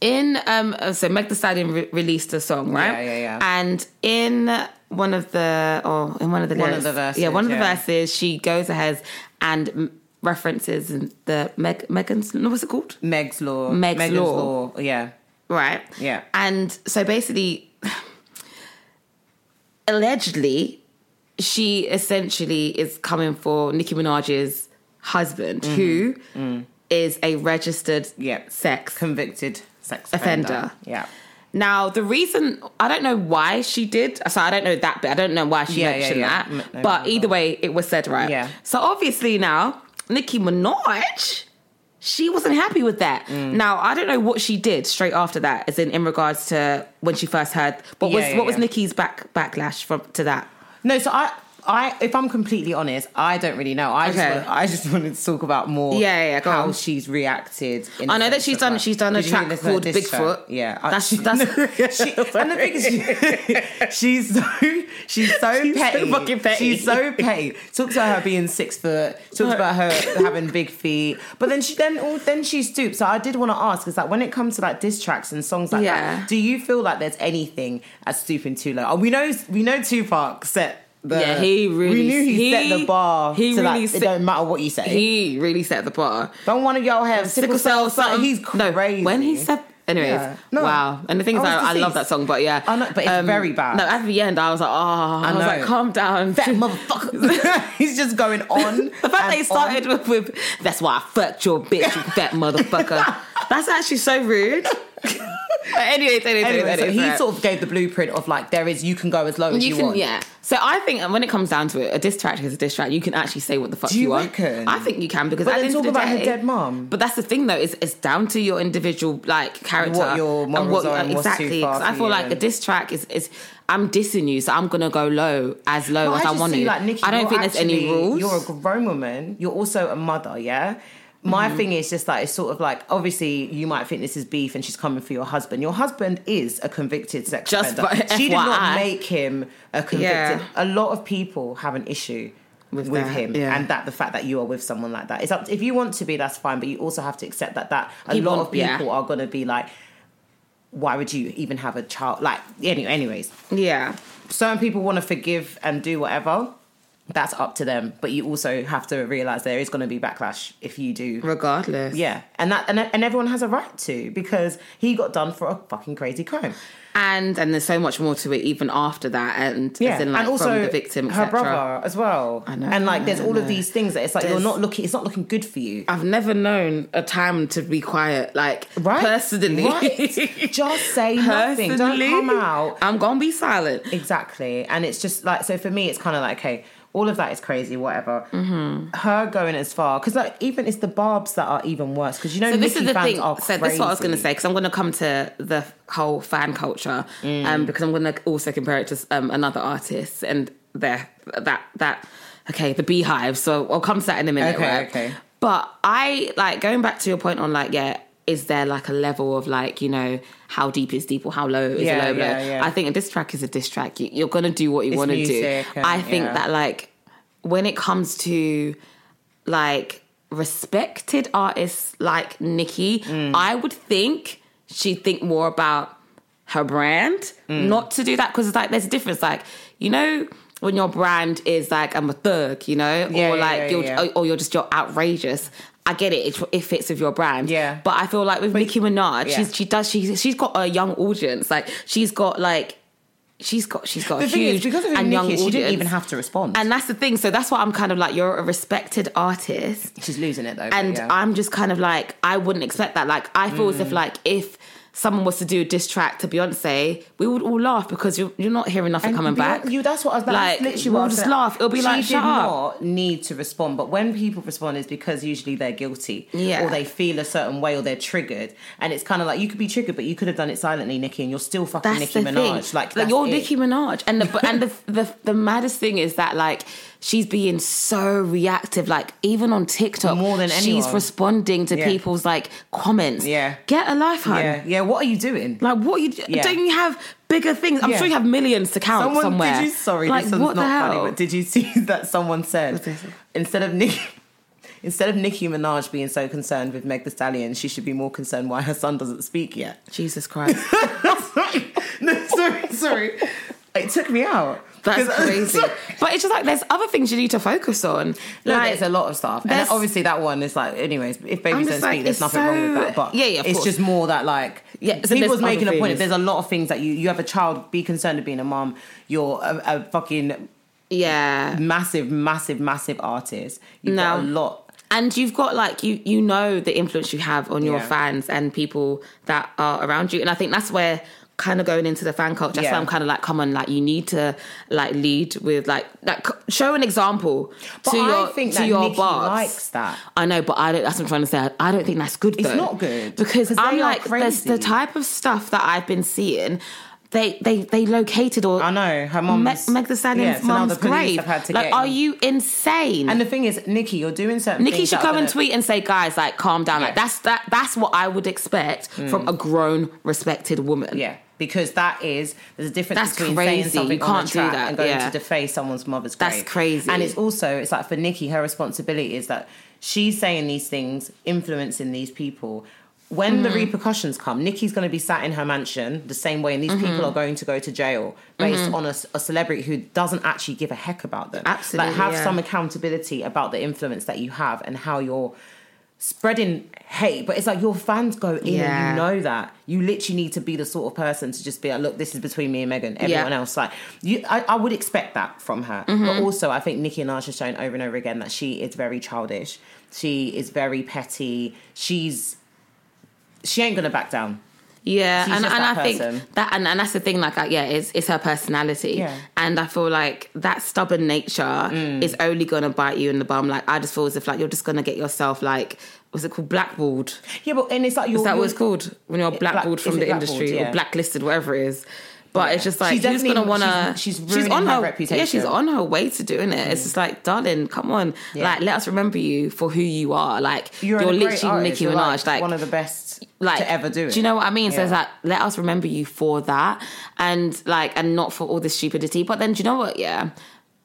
S1: in um so Meg Thee Stallion re- released a song, right?
S2: Yeah, yeah, yeah.
S1: And in one of the oh in one of the
S2: One
S1: lyrics-
S2: of the verses,
S1: yeah, one of
S2: yeah.
S1: the verses, she goes ahead and m- references the Meg Megan's no, what's it called?
S2: Meg's law.
S1: Meg's
S2: Megan's
S1: Law.
S2: law. Yeah.
S1: Right.
S2: Yeah.
S1: And so basically, allegedly, she essentially is coming for Nicki Minaj's husband, who is a registered
S2: Yep.
S1: sex.
S2: Convicted sex offender.
S1: Offender.
S2: Yeah.
S1: Now, the reason I don't know why she did, so I don't know that bit. I don't know why she
S2: Yeah, yeah,
S1: mentioned
S2: yeah.
S1: that,
S2: M- no,
S1: but
S2: no,
S1: either way, it was said right.
S2: Yeah.
S1: So obviously now, Nicki Minaj, she wasn't happy with that.
S2: Mm.
S1: Now I don't know what she did straight after that, as in in regards to when she first heard. What
S2: Yeah,
S1: was
S2: yeah,
S1: what was
S2: yeah.
S1: Nicki's back backlash from to that?
S2: No, so I, I, if I'm completely honest, I don't really know. I
S1: Okay.
S2: just, wanted, I just wanted to talk about more.
S1: Yeah, yeah, yeah, go
S2: how
S1: on.
S2: she's reacted. In
S1: I
S2: the
S1: know that
S2: sense
S1: she's
S2: of,
S1: done-
S2: like-
S1: she's done a
S2: Did you hear
S1: track
S2: this-
S1: called
S2: this track?
S1: Bigfoot.
S2: Yeah,
S1: That's- that's-
S2: she, and the thing is, she, she's so she's so
S1: She's so
S2: petty.
S1: fucking petty.
S2: She's so petty. Talks about her being six foot. Talks about her having big feet. But then she then all then she stoops. So I did want to ask is that when it comes to like diss tracks and songs like
S1: Yeah.
S2: that, do you feel like there's anything at stooping too low? And we know we know Tupac set. The,
S1: Yeah, he really-
S2: We knew he, set the
S1: he-
S2: bar.
S1: he
S2: to, like,
S1: really
S2: it
S1: set-
S2: don't matter what you say.
S1: He really set the bar.
S2: Don't one of y'all have sickle, cell? Something. He's
S1: No,
S2: crazy.
S1: when he said, anyways,
S2: Yeah. No.
S1: wow. And the thing is,
S2: I was
S1: I, I love
S2: deceased.
S1: that song, but yeah, Um,
S2: I know, but it's very bad.
S1: No, at the end, I was like, oh, I, was
S2: know.
S1: like, calm down,
S2: that motherfucker, he's just going on.
S1: The fact
S2: and
S1: they started with, with "That's why I fucked your bitch, you fat motherfucker." That's actually so rude. but anyways, anyways,
S2: on.
S1: anyways,
S2: Anyway, so
S1: anyways,
S2: he
S1: right.
S2: sort of gave the blueprint of like there is you can go as low as you,
S1: you can,
S2: want.
S1: yeah. So I think when it comes down to it, a diss track is a diss track. You can actually say what the fuck
S2: Do you
S1: want.
S2: reckon?
S1: I think you can because
S2: But
S1: at
S2: then
S1: the end
S2: talk
S1: of the
S2: about her
S1: day-
S2: dead mum.
S1: But that's the thing though is it's down to your individual like character
S2: What your morals are and what's too
S1: exactly.
S2: far
S1: 'cause
S2: for
S1: I feel
S2: you
S1: like a
S2: and-
S1: diss track is is I'm dissing you, so I'm gonna go low as low
S2: But
S1: as I,
S2: just
S1: want
S2: see,
S1: to.
S2: like, Nikki,
S1: I don't
S2: you're
S1: think there's any
S2: actually-
S1: rules.
S2: You're a grown woman. You're also a mother. Yeah. My
S1: Mm-hmm.
S2: thing is just like it's sort of like obviously you might think this is beef and she's coming for your husband. Your husband is a convicted sex
S1: Just
S2: offender.
S1: by-
S2: she did not
S1: FYI.
S2: make him a
S1: Yeah.
S2: convicted. A lot of people have an issue with,
S1: With that,
S2: him
S1: yeah.
S2: and that the fact that you are with someone like that. It's up if you want to be that's fine, but you also have to accept that that a
S1: People-
S2: lot of
S1: yeah.
S2: people are going to be like, why would you even have a child? Like anyway, anyways
S1: yeah.
S2: certain people want to forgive and do whatever that's up to them but you also have to realize there is going to be backlash if you do
S1: Regardless.
S2: yeah and that and, and everyone has a right to because he got done for a fucking crazy crime
S1: and and there's so much more to it even after that and
S2: yeah
S1: as in, like,
S2: and also
S1: from the victim
S2: her
S1: etc
S2: brother as well
S1: I know,
S2: and like there's
S1: I
S2: all of
S1: know.
S2: these things that it's like
S1: There's-
S2: you're not looking it's not looking good for you
S1: i've never known a time to be quiet like
S2: right
S1: personally
S2: right? just say nothing don't
S1: Personally,
S2: come out
S1: i'm gonna be silent
S2: Exactly. And it's just like, so for me, it's kind of like, okay, all of that is crazy, whatever.
S1: Mm-hmm.
S2: Her going as far, because like, even it's the barbs that are even worse. Because you know,
S1: so this
S2: Nicki
S1: is the
S2: fans
S1: thing.
S2: Are
S1: So this is what I was going to
S2: crazy.
S1: say because I'm going to come to the whole fan culture,
S2: Mm.
S1: um, because I'm going to also compare it to um, another artist and their that that okay the Beehive. So I'll come to that in a minute.
S2: Okay,
S1: right?
S2: okay.
S1: But I like going back to your point on like yeah, is there like a level of like you know how deep is deep or how low is
S2: Yeah,
S1: it low?
S2: yeah,
S1: low?
S2: yeah.
S1: I think a diss track is a diss track. You, you're gonna do what you want to do.
S2: music and-
S1: I think
S2: yeah.
S1: that like when it comes to like respected artists like Nicki,
S2: Mm.
S1: I would think she'd think more about her brand,
S2: Mm.
S1: not to do that because it's like there's a difference. Like you know when your brand is like I'm a thug, you know,
S2: Yeah,
S1: or
S2: yeah,
S1: like
S2: yeah,
S1: you're
S2: yeah.
S1: or you're just you're outrageous. I get it. It, it fits with your brand.
S2: Yeah.
S1: But I feel like with Nicki Minaj,
S2: yeah.
S1: she's, she does. She she's got a young audience. Like she's got like she's got she's got
S2: The
S1: a
S2: thing
S1: huge
S2: is, because of
S1: and young audience.
S2: Nicki, she didn't even have to respond.
S1: and that's the thing. So that's why I'm kind of like you're a respected artist
S2: she's losing it though. but
S1: and
S2: yeah.
S1: I'm just kind of like I wouldn't expect that. Like I feel as
S2: Mm.
S1: if like if someone was to do a diss track to Beyonce, we would all laugh because you're, you're not hearing nothing
S2: And
S1: coming
S2: Beyonce-
S1: back.
S2: You, that's what I was
S1: Like,
S2: that's literally
S1: we'll
S2: what I was
S1: just
S2: saying.
S1: laugh. It'll be
S2: she
S1: like,
S2: did
S1: shut up.
S2: not need to respond. But when people respond, it's because usually they're guilty,
S1: Yeah.
S2: or they feel a certain way, or they're triggered. And it's kind of like you could be triggered, but you could have done it silently, Nicki, and you're still fucking Nicki Minaj. Like that's
S1: you're
S2: it.
S1: Nicki Minaj, and the but- and the, the the maddest thing is that like she's being so reactive. Like even on TikTok,
S2: More than
S1: she's
S2: anyone.
S1: responding to
S2: Yeah.
S1: people's like comments.
S2: Yeah.
S1: get a life, hun.
S2: Yeah, yeah. What are you doing?
S1: Like what you
S2: Yeah.
S1: don't you have bigger things? I'm
S2: Yeah.
S1: sure you have millions to count
S2: Someone
S1: somewhere.
S2: did you? Sorry,
S1: like
S2: this one's
S1: what the
S2: not
S1: hell?
S2: funny. But did you see that someone said
S1: this?
S2: instead of Nicki, instead of Nicki Minaj being so concerned with Meg The Stallion, she should be more concerned why her son doesn't speak yet.
S1: Jesus Christ.
S2: no, sorry, sorry. It took me out.
S1: That's
S2: 'Cause-
S1: crazy. but it's just like there's other things you need to focus on.
S2: No,
S1: Like,
S2: there's a lot of stuff, and
S1: there's-
S2: obviously that one is like. Anyways, if
S1: I'm
S2: babies don't
S1: just
S2: speak,
S1: like,
S2: there's
S1: it's
S2: nothing wrong with
S1: so-
S2: that. But
S1: Yeah, yeah, of
S2: it's
S1: course.
S2: just more that like.
S1: Yeah, so
S2: people
S1: there's
S2: was making
S1: other
S2: a point.
S1: things.
S2: There's a lot of things that you you have a child be concerned of being a mom. You're a, a fucking
S1: yeah.
S2: massive, massive, massive artist. You've got a
S1: No.
S2: lot.
S1: and you've got like you you know the influence you have on your
S2: Yeah.
S1: fans and people that are around you and i think that's where kind of going into the fan culture that's
S2: Yeah.
S1: why i'm kind of like come on like you need to like lead with like like c- show an example
S2: But
S1: to
S2: I
S1: your
S2: think
S1: to
S2: that
S1: your
S2: Nicki
S1: boss
S2: likes that.
S1: i know but i don't that's what i'm trying to say i, I don't think that's good
S2: It's
S1: though.
S2: not good,
S1: because
S2: 'cause they
S1: i'm
S2: are
S1: like there's the
S2: crazy.
S1: type of stuff that i've been seeing they they they located or
S2: I know her
S1: Meg,
S2: mom's
S1: Meg the Stallion's
S2: so now
S1: mom's
S2: the police
S1: grave.
S2: have had to
S1: Like,
S2: get
S1: are
S2: him.
S1: you insane?
S2: And the thing is, Nikki, you're doing certain.
S1: Nikki
S2: things
S1: should
S2: that are
S1: come and
S2: gonna-
S1: tweet and say, "Guys, like, calm down." Like,
S2: Yeah. Hmm.
S1: that's that. That's what I would expect from a grown, respected woman.
S2: Yeah, because that is there's a difference
S1: That's
S2: between
S1: crazy.
S2: saying something
S1: You
S2: on
S1: can't
S2: a
S1: do
S2: track
S1: that,
S2: and going
S1: yeah.
S2: to deface someone's mother's grave.
S1: That's crazy.
S2: And it's also it's like for Nikki, her responsibility is that she's saying these things, influencing these people. When
S1: Mm.
S2: the repercussions come, Nikki's going to be sat in her mansion the same way, and these
S1: Mm-hmm.
S2: people are going to go to jail based on a, s- a celebrity who doesn't actually give a heck about them.
S1: Absolutely,
S2: like have
S1: yeah.
S2: some accountability about the influence that you have and how you're spreading hate. But it's like your fans go in, and
S1: Yeah.
S2: you know know that you literally need to be the sort of person to just be like, look, this is between me and Megan. Everyone
S1: Yeah.
S2: else, like, you, I, I would expect that from her. But
S1: Mm-hmm.
S2: also, I think Nicki Minaj has shown over and over again that she is very childish. She is very petty. She's she ain't gonna back down.
S1: yeah.
S2: She's
S1: and
S2: just
S1: and
S2: that
S1: I
S2: person.
S1: think that, and, and that's the thing. Like, uh, yeah, it's it's her personality,
S2: Yeah. Mm.
S1: and I feel like that stubborn nature is only gonna bite you in the bum. Like, I just feel as if like you're just gonna get yourself like, was it called blackballed?
S2: Yeah, but and it's like you're,
S1: Is that
S2: you're-
S1: what it's called when you're blackballed
S2: is
S1: from
S2: it
S1: the
S2: blackballed?
S1: industry
S2: Yeah.
S1: or blacklisted, whatever it is. But it's
S2: Yeah.
S1: just like
S2: She's
S1: she's gonna
S2: definitely-
S1: wanna.
S2: she's- she's ruining her
S1: Yeah, she's
S2: reputation. Mm.
S1: on her way to doing it. It's just like, darling, come on,
S2: Yeah.
S1: like let us remember you for who you are. Like
S2: You're,
S1: you're,
S2: a great
S1: literally
S2: artist.
S1: Nicki
S2: You're,
S1: Minaj. Like
S2: one of the best
S1: like
S2: to ever do it.
S1: Do you know what I mean? So
S2: Yeah.
S1: it's like let us remember you for that, and like and not for all this stupidity. But then do you know what? Yeah,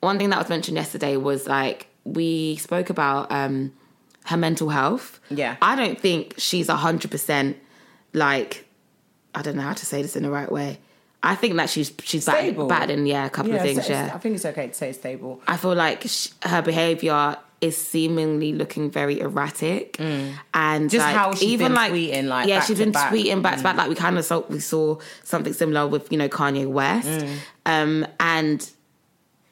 S1: one thing that was mentioned yesterday was like we spoke about um her mental health.
S2: Yeah.
S1: I don't think she's hundred percent like I don't know how to say this in the right way. I think that she's she's
S2: Stable.
S1: bad, bad in yeah a couple
S2: Yeah,
S1: of
S2: so
S1: things.
S2: it's-
S1: Yeah,
S2: I think it's okay to say it's stable.
S1: I feel like sh her behavior is seemingly looking very erratic, and
S2: Mm. Just
S1: like,
S2: how she's
S1: even
S2: been
S1: like
S2: tweeting, like,
S1: yeah,
S2: back
S1: she's
S2: to
S1: been
S2: back. Mm.
S1: tweeting back to back. Like we kind of saw we saw something similar with you know Kanye West,
S2: Mm.
S1: um, and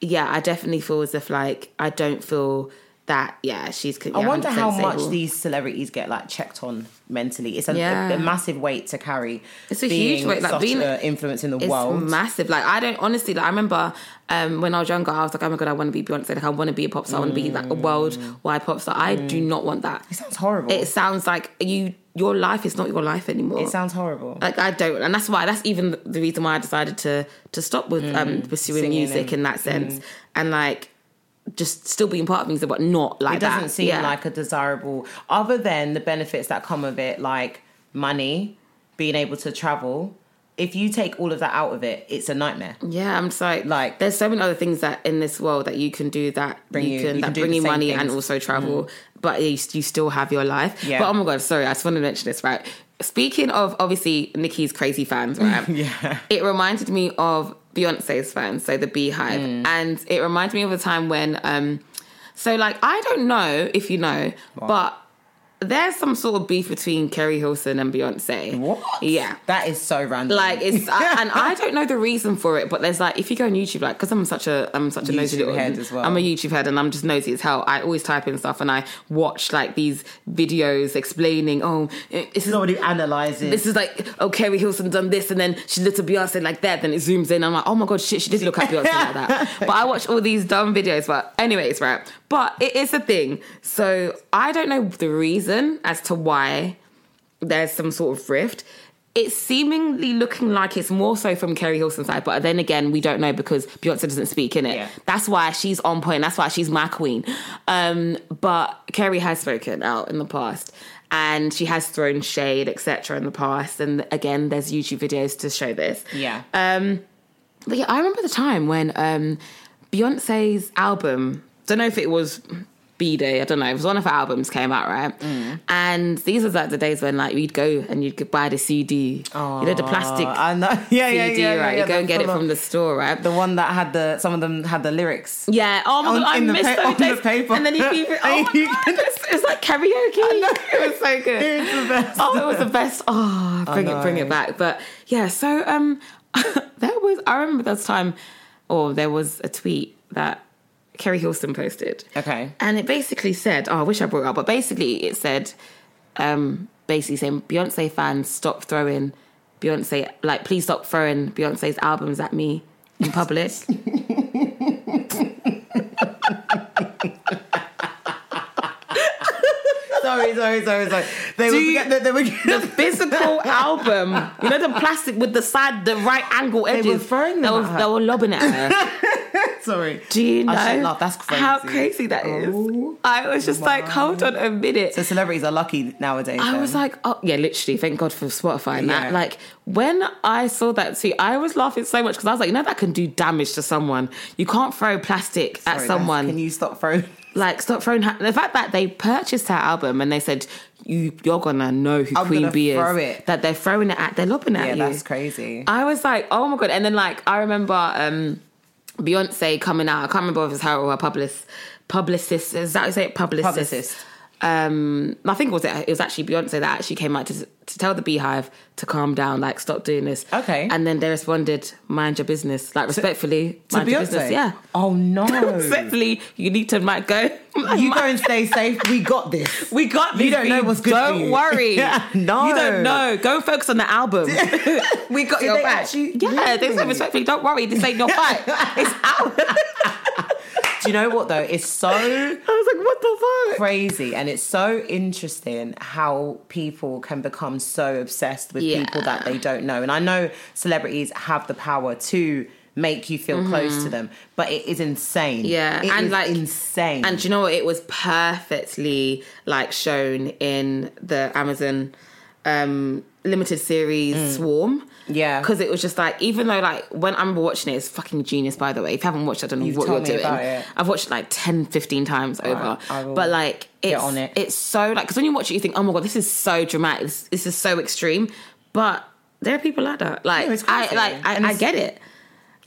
S1: yeah, I definitely feel as if like I don't feel that yeah she's. Yeah,
S2: I wonder how
S1: 100%
S2: much
S1: stable.
S2: these celebrities get like checked on mentally. It's a,
S1: Yeah.
S2: a massive weight to carry.
S1: It's a
S2: being
S1: huge weight, like,
S2: such
S1: being-
S2: an influence in the
S1: It's
S2: world.
S1: massive. Like I don't honestly. Like I remember um, when I was younger, I was like, "Oh my god, I want to be Beyonce. Like I want to be a pop star. I want to be like a worldwide pop star." I do
S2: Mm.
S1: not want that.
S2: it sounds horrible.
S1: it sounds like you your life is not your life anymore
S2: it sounds horrible.
S1: like i don't and that's why that's even the reason why i decided to to stop with um pursuing
S2: Mm-hmm. Singing
S1: music
S2: and- Mm-hmm.
S1: in that sense and like just still being part of music but not like
S2: it doesn't
S1: that
S2: seem
S1: Yeah.
S2: like a desirable, other than the benefits that come of it, like money, being able to travel. If you take all of that out of it, it's a nightmare.
S1: Yeah, I'm just like,
S2: Like-
S1: there's so many other things that in this world that you can do that
S2: Bring
S1: you,
S2: you-
S1: can
S2: you
S1: that
S2: can do
S1: bring
S2: the
S1: you
S2: same
S1: money and
S2: things. Mm-hmm.
S1: also travel, but you, you still have your life.
S2: Yeah.
S1: But oh my god, sorry, I just want to mention this. Right, speaking of obviously Nikki's crazy fans, right?
S2: Yeah.
S1: it reminded me of Beyonce's fans, so the Beehive,
S2: Mm.
S1: and it reminded me of a time when, um, so like I don't know if you know, but. There's some sort of beef between Kerry Hilson and Beyonce.
S2: What?
S1: Yeah.
S2: That is so random.
S1: Like it's, I, and I don't know the reason for it, but there's like if you go on YouTube, like because I'm such a I'm such a nosy
S2: YouTube
S1: little
S2: head as well.
S1: I'm a YouTube head, and I'm just nosy as hell. I always type in stuff, and I watch like these videos explaining, oh, this is
S2: somebody analyzing.
S1: this is like oh Kerry Hilson done this, and then she looked at Beyonce like that. Then it zooms in, I'm like, oh my god, shit, she did look at Beyonce like that. But I watch all these dumb videos. But anyways, right? But it is a thing, so I don't know the reason as to why there's some sort of rift. It's seemingly looking like it's more so from Kerry Hilson's side, but then again, we don't know because Beyonce doesn't speak in it.
S2: Yeah.
S1: That's why she's on point. That's why she's my queen. Um, but Kerry has spoken out in the past, and she has thrown shade, etc., in the past. And again, there's YouTube videos to show this.
S2: yeah.
S1: uh, But yeah, I remember the time when um, Beyonce's album, don't know if it was B Day, I don't know, it was one of her albums came out, right?
S2: Mm.
S1: And these was like the days when like you'd go and you'd could buy the CD, you know, the plastic
S2: I know. Yeah, yeah,
S1: CD,
S2: yeah, yeah,
S1: right?
S2: yeah,
S1: you go and get it
S2: full
S1: from
S2: on-
S1: the store, right?
S2: the one that had the some of them had the lyrics.
S1: yeah, oh my
S2: On-
S1: god, I
S2: in the
S1: missed
S2: pa-
S1: those
S2: on the
S1: days.
S2: paper.
S1: And then you keep it, oh
S2: And
S1: my
S2: you
S1: god,
S2: can-
S1: it's, it's like karaoke. It was so good.
S2: It's the best.
S1: Oh, it was the best. Oh, bring it, bring
S2: know.
S1: it back. But yeah, so um, there was. I remember this time, or there was a tweet that Kerry Hilston posted.
S2: Okay.
S1: and it basically said, "Oh, I wish I brought it up," but basically it said, um, basically saying Beyonce fans stop throwing Beyonce like please stop throwing Beyonce's albums at me in public.
S2: Sorry, sorry, sorry, sorry. They
S1: Do
S2: were,
S1: you-
S2: they, they were,
S1: the physical album, you know, the plastic with the side, the right angle edges.
S2: throwing
S1: they
S2: them
S1: were,
S2: at her.
S1: they were lobbing at her. Oh,
S2: sorry.
S1: Do you know?
S2: I shouldn't laugh. That's crazy.
S1: How crazy that is.
S2: Oh
S1: I was just like,
S2: my.
S1: hold on a minute.
S2: The celebrities are lucky nowadays.
S1: I
S2: then.
S1: was like, oh yeah, literally. Thank God for Spotify and that.
S2: Yeah.
S1: Like when I saw that, see, I was laughing so much because I was like, you know, that can do damage to someone. You can't throw plastic
S2: Sorry,
S1: at
S2: guys,
S1: someone.
S2: Can you stop throwing?
S1: like stop throwing. Ha- the fact that they purchased her album and they said you, you're gonna know who
S2: I'm
S1: Queen
S2: gonna
S1: Bee is.
S2: throw it.
S1: That they're throwing it at. They're lobbing at
S2: Yeah,
S1: you.
S2: that's crazy.
S1: I was like, oh my god! And then like I remember um Beyonce coming out. I can't remember if it was her or her publicist. Publicist is that how you say it? Publicist.
S2: Publicist.
S1: Um, I think it was it. It was actually Beyonce that actually came out to to tell the Beehive to calm down, like stop doing this.
S2: Okay.
S1: And then they responded, "Mind your business, like respectfully,
S2: To
S1: mind your business."
S2: Beyonce.
S1: Yeah.
S2: Oh no.
S1: Respectfully, you need to might go.
S2: you go and stay safe. We got this.
S1: We got this.
S2: You don't know
S1: babe.
S2: what's good for
S1: Don't
S2: you.
S1: worry.
S2: Yeah, no.
S1: You don't know. Go focus on the album. we got
S2: Did
S1: your
S2: they
S1: back.
S2: actually-
S1: yeah, they
S2: Really?
S1: said respectfully, don't worry, this ain't your fight. it's out.
S2: Do you know what though? It's so
S1: I was like, what the fuck?
S2: crazy and it's so interesting how people can become so obsessed with
S1: Yeah.
S2: people that they don't know and i know celebrities have the power to make you feel close to them but it is insane
S1: Mm-hmm. Yeah,
S2: It
S1: and
S2: is
S1: like-
S2: insane
S1: And do you know what? It was perfectly like shown in the Amazon um limited series Swarm.
S2: Mm. Yeah.
S1: Because it was just like, even though like when I remember watching it, it's fucking genius by the way. If you haven't watched it, I don't know
S2: You've
S1: what you're
S2: told me
S1: doing.
S2: about it.
S1: I've watched it like 10, 15 times over.
S2: I will
S1: But like it's
S2: on it.
S1: it's so like because when you watch it, you think, oh my god, this is so dramatic. This, this is so extreme. But there are people like that. Like
S2: No, it's
S1: I
S2: crazy.
S1: like
S2: And
S1: I, I
S2: it's-
S1: get it.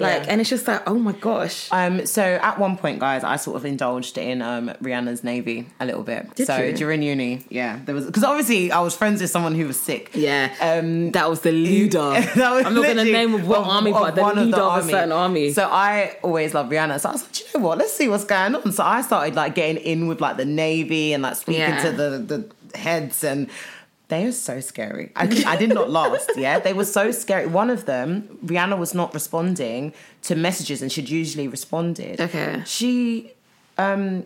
S1: Like
S2: Yeah.
S1: and it's just like, oh my gosh.
S2: Um, so at one point, guys, I sort of indulged in um, Rihanna's Navy a little bit.
S1: Did
S2: so
S1: you?
S2: during uni, yeah, there was because obviously I was friends with someone who was sick.
S1: Yeah,
S2: Um,
S1: that was the leader.
S2: That was
S1: I'm not going to
S2: literally
S1: name of what
S2: of-
S1: army,
S2: of
S1: but the
S2: one
S1: leader of,
S2: of the
S1: a
S2: army.
S1: certain army.
S2: So I always loved Rihanna. So I was like, "Do you know what? Let's see what's going on. So I started like getting in with like the Navy and like speaking
S1: Yeah.
S2: to the the heads and. They are so scary. I, did- I did not last. Yeah, they were so scary. One of them, Rihanna was not responding to messages, and she'd usually responded.
S1: Okay.
S2: She um,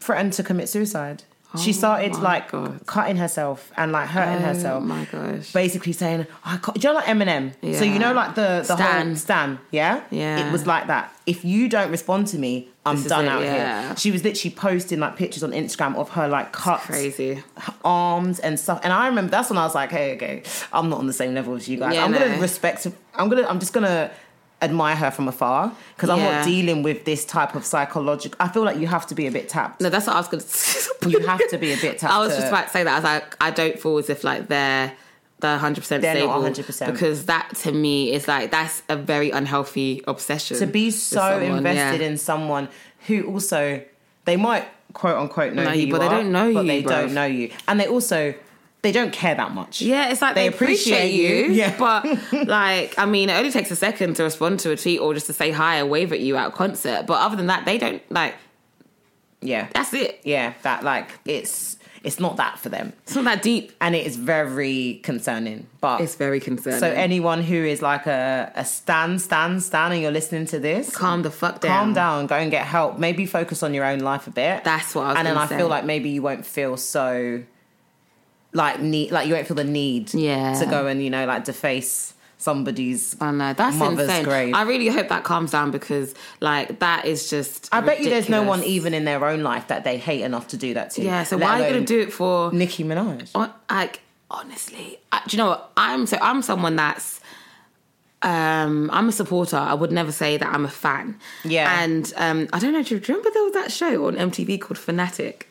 S2: threatened to commit suicide. she started
S1: Oh my
S2: like
S1: God.
S2: cutting herself and like hurting herself.
S1: Oh my gosh.
S2: Basically saying, I can do you know like Eminem? So you
S1: Yeah.
S2: know like the the whole
S1: Stan.
S2: Stan, yeah,
S1: Yeah.
S2: It was like that. If you don't respond to me, I'm
S1: This is
S2: done
S1: it,
S2: out
S1: yeah.
S2: here. She was literally posting like pictures on Instagram of her like cuts,
S1: Crazy.
S2: her arms and stuff. And I remember that's when I was like, hey, okay, I'm not on the same level as you guys.
S1: Yeah,
S2: I'm gonna
S1: no.
S2: respect. I'm gonna. I'm just gonna admire her from afar because I'm
S1: Yeah.
S2: not dealing with this type of psychological. I feel like you have to be a bit tapped.
S1: No, that's what I was gonna.
S2: You have to be a bit tapped
S1: I was
S2: to-
S1: just about to say that. I was like, I don't feel as if like they're they're hundred percent
S2: They're not
S1: stable
S2: 100%.
S1: because that to me is like that's a very unhealthy obsession
S2: to be
S1: with
S2: so
S1: someone,
S2: invested
S1: yeah.
S2: in someone who also they might quote unquote know,
S1: Know
S2: who
S1: you,
S2: you,
S1: but they
S2: are,
S1: don't know
S2: but
S1: you,
S2: they
S1: bruv.
S2: don't know you, and they also they don't care that much.
S1: Yeah, it's like
S2: They
S1: they,
S2: appreciate
S1: appreciate,
S2: you.
S1: you,
S2: Yeah.
S1: but like I mean, it only takes a second to respond to a tweet or just to say hi or wave at you at a concert. But other than that, they don't like.
S2: yeah,
S1: That's it.
S2: yeah. That like it's it's not that for them,
S1: It's not that deep.
S2: and it is very concerning. But
S1: It's very concerning.
S2: so
S1: So
S2: anyone who is like a a stan stan stan, and you're listening to this,
S1: calm the fuck down.
S2: calm down, go and get help. Maybe focus on your own life a bit.
S1: That's what I was
S2: and then
S1: gonna
S2: I
S1: say.
S2: feel like maybe you won't feel so like need like you won't feel the need
S1: Yeah.
S2: to go and you know like deface somebody's.
S1: I know that's
S2: Mother's
S1: insane.
S2: grave.
S1: I really hope that calms down because, like, that is just.
S2: I bet you there's no one
S1: ridiculous.
S2: even in their own life that they hate enough to do that to.
S1: Yeah. So
S2: let
S1: why are you
S2: alone
S1: gonna do it for?
S2: Nicki Minaj?
S1: on- like honestly I, do you know what i'm so i'm someone that's um i'm a supporter i would never say that i'm a fan
S2: Yeah.
S1: and um i don't know do you remember there was that show on mtv called fanatic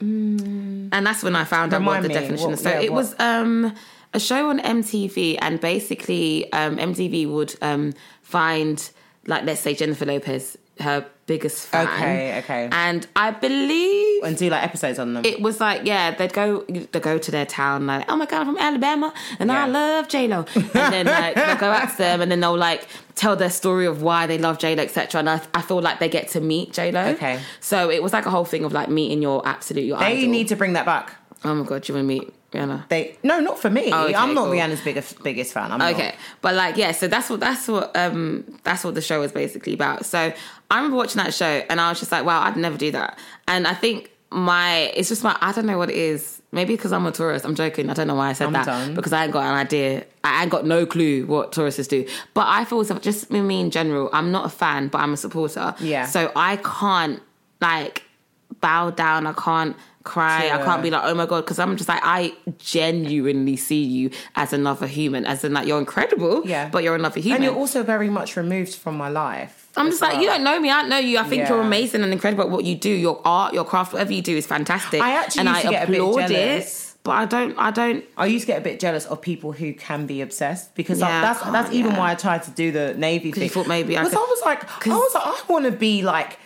S1: and that's when i found out what
S2: Mm. Remind
S1: the
S2: me,
S1: definition
S2: what-
S1: is so
S2: yeah,
S1: it
S2: what-
S1: was um a show on mtv and basically um mtv would um find like let's say jennifer lopez her biggest fan
S2: Okay, okay.
S1: and i believe
S2: And do like episodes on them.
S1: it was like, yeah, they'd go they go to their town, like, oh my god, I'm from Alabama and
S2: Yeah.
S1: I love J Lo. And then like they'll go out to them and then they'll like tell their story of why they love J Lo, etc. And I, I feel like they get to meet J Lo.
S2: Okay.
S1: So it was like a whole thing of like meeting your absolute your
S2: they
S1: idol.
S2: need to bring that back.
S1: oh my god, you want to meet Rihanna?
S2: They no, not for me.
S1: okay,
S2: I'm not
S1: cool.
S2: Rihanna's biggest biggest fan. I'm
S1: Okay, but like yeah, so that's what that's what um that's what the show was basically about. So I remember watching that show and I was just like, wow, I'd never do that. And I think my it's just my I don't know what it is. Maybe because I'm a tourist. I'm joking. I don't know why I said
S2: I'm
S1: that
S2: done.
S1: because I ain't got an idea. I ain't got no clue what tourists do. But I feel so, just with me in general. I'm not a fan, but I'm a supporter.
S2: Yeah.
S1: So I can't like bow down. I can't cry. I
S2: Yeah.
S1: can't be like, oh my god, because I'm just like, I genuinely see you as another human, as in like you're incredible,
S2: Yeah.
S1: but you're another
S2: not.
S1: human.
S2: And you're also very much removed from my life.
S1: I'm
S2: as
S1: just like, you
S2: well.
S1: don't know me. I don't know you. I think you're
S2: Yeah.
S1: amazing and incredible at what you do. Your art, your craft, whatever you do is fantastic.
S2: I actually
S1: and
S2: used
S1: I
S2: to get a bit
S1: applaud
S2: jealous.
S1: it, but I don't. I don't.
S2: I used to get a bit jealous of people who can be obsessed because
S1: Yeah,
S2: I,
S1: I
S2: that's
S1: can't,
S2: that's even
S1: yeah.
S2: why I tried to do the navy thing.
S1: you thought maybe I
S2: because I,
S1: could-
S2: was like, I
S1: 'cause-
S2: was like, I want to be like.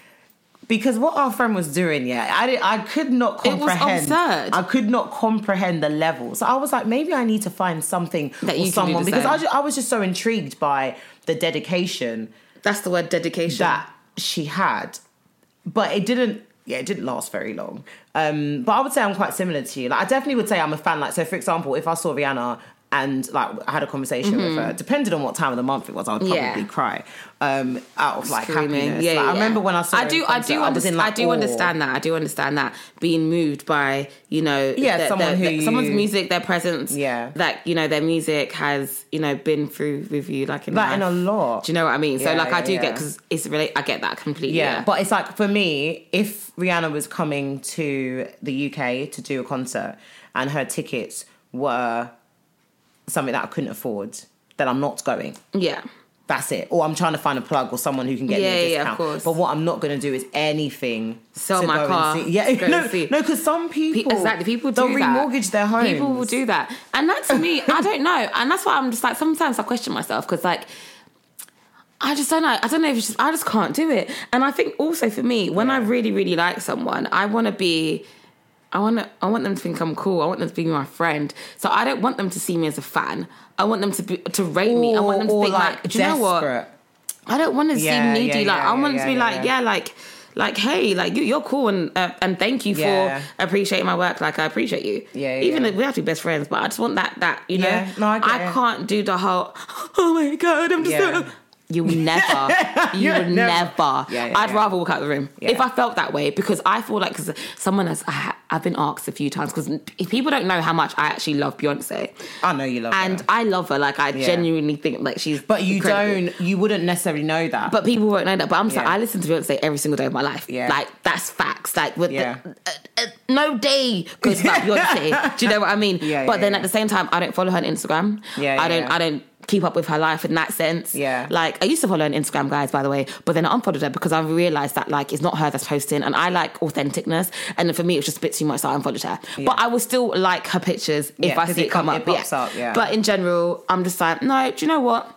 S2: Because what our friend was doing, yeah, I did, I could not
S1: It was
S2: comprehend.
S1: absurd.
S2: I could not comprehend the level. So I was like, maybe I need to find something
S1: That
S2: or
S1: you can do
S2: someone
S1: the
S2: because I,
S1: same.
S2: ju- I was just so intrigued by the dedication
S1: That's the word dedication.
S2: that she had, but it didn't. Yeah, it didn't last very long. Um, but I would say I'm quite similar to you. Like, I definitely would say I'm a fan. Like, so for example, if I saw Rihanna and like I had a conversation with her, depending on what time of the month it was, I would probably
S1: Mm-hmm. Yeah.
S2: cry um, out of like
S1: screaming.
S2: happiness.
S1: Yeah,
S2: Like,
S1: yeah,
S2: I remember when I saw.
S1: I
S2: her
S1: do.
S2: in
S1: I
S2: concert,
S1: do.
S2: was in,
S1: Understand. I,
S2: like,
S1: do
S2: awe.
S1: understand that. I do understand that being moved by you know,
S2: Yeah,
S1: their-
S2: someone
S1: their-
S2: who
S1: their- someone's
S2: you-
S1: music, their presence.
S2: Yeah.
S1: like you know, their music has you know been through with you like in
S2: Like, in
S1: life.
S2: a lot.
S1: Do you know what I mean? So
S2: Yeah,
S1: like I
S2: yeah,
S1: do
S2: yeah.
S1: get because it's really I get that completely.
S2: Yeah. But it's like for me, if Rihanna was coming to the UK to do a concert and her tickets were something that I couldn't afford, then I'm not going.
S1: yeah,
S2: That's it. Or I'm trying to find a plug or someone who can get
S1: Yeah,
S2: me a
S1: yeah, yeah, of
S2: discount.
S1: course.
S2: But what I'm not going to do is anything.
S1: Sell
S2: to
S1: my
S2: go and
S1: car,
S2: see- Yeah,
S1: go and
S2: no,
S1: see.
S2: no, because some people
S1: exactly. People do
S2: they'll
S1: that.
S2: remortgage their home.
S1: People will do that, and that to me, I don't know, and that's why I'm just like sometimes I question myself because like I just don't know. I don't know if it's just, I just can't do it, and I think also for me, when I really really like someone, I want to be. I want to, I want them to think I'm cool. I want them to be my friend. So I don't want them to see me as a fan. I want them to be, to rate me. I want them to
S2: Or- or,
S1: think like, do you know what?
S2: desperate.
S1: I don't want to
S2: Yeah,
S1: seem needy.
S2: yeah,
S1: like
S2: yeah,
S1: I want
S2: yeah,
S1: to be
S2: yeah,
S1: like,
S2: yeah.
S1: yeah, like, like, hey, like you, you're cool and uh, and thank you
S2: Yeah.
S1: for appreciating my work. Like I appreciate you.
S2: Yeah, yeah,
S1: Even
S2: yeah.
S1: if we have to be best friends, but I just want that that you
S2: Yeah,
S1: know.
S2: no, I get it.
S1: can't do the whole. Oh my god, I'm just.
S2: Yeah.
S1: so-" You will never. You
S2: Yeah,
S1: will
S2: never.
S1: never.
S2: Yeah, yeah,
S1: I'd
S2: yeah.
S1: rather walk out the room
S2: Yeah.
S1: if I felt that way because I feel like because someone has. I, ha- I've been asked a few times because people don't know how much I actually love Beyonce
S2: I know you love
S1: and
S2: her.
S1: I love her. Like I genuinely think like she's.
S2: But you
S1: incredible.
S2: don't. You wouldn't necessarily know that.
S1: But people won't know that. But I'm saying
S2: Yeah.
S1: I listen to Beyonce every single day of my life.
S2: Yeah.
S1: Like that's facts. Like with the-
S2: Yeah.
S1: uh, uh, no day goes without Beyonce. Do you know what I mean?
S2: Yeah,
S1: but
S2: yeah,
S1: then
S2: yeah.
S1: at the same time, I don't follow her on Instagram.
S2: Yeah, yeah,
S1: I don't.
S2: yeah.
S1: I don't keep up with her life in that sense.
S2: Yeah.
S1: Like I used to follow her on Instagram, guys, by the way. But then I unfollowed her because I realized that like it's not her that's posting, and I like authenticness. And then for me, it was just a bit too much, so I unfollowed her. But I will still like her pictures if
S2: Yeah,
S1: I
S2: 'cause
S1: see
S2: it
S1: it come
S2: come-
S1: up.
S2: it pops up, yeah.
S1: But in general, I'm just like, no. Do you know what?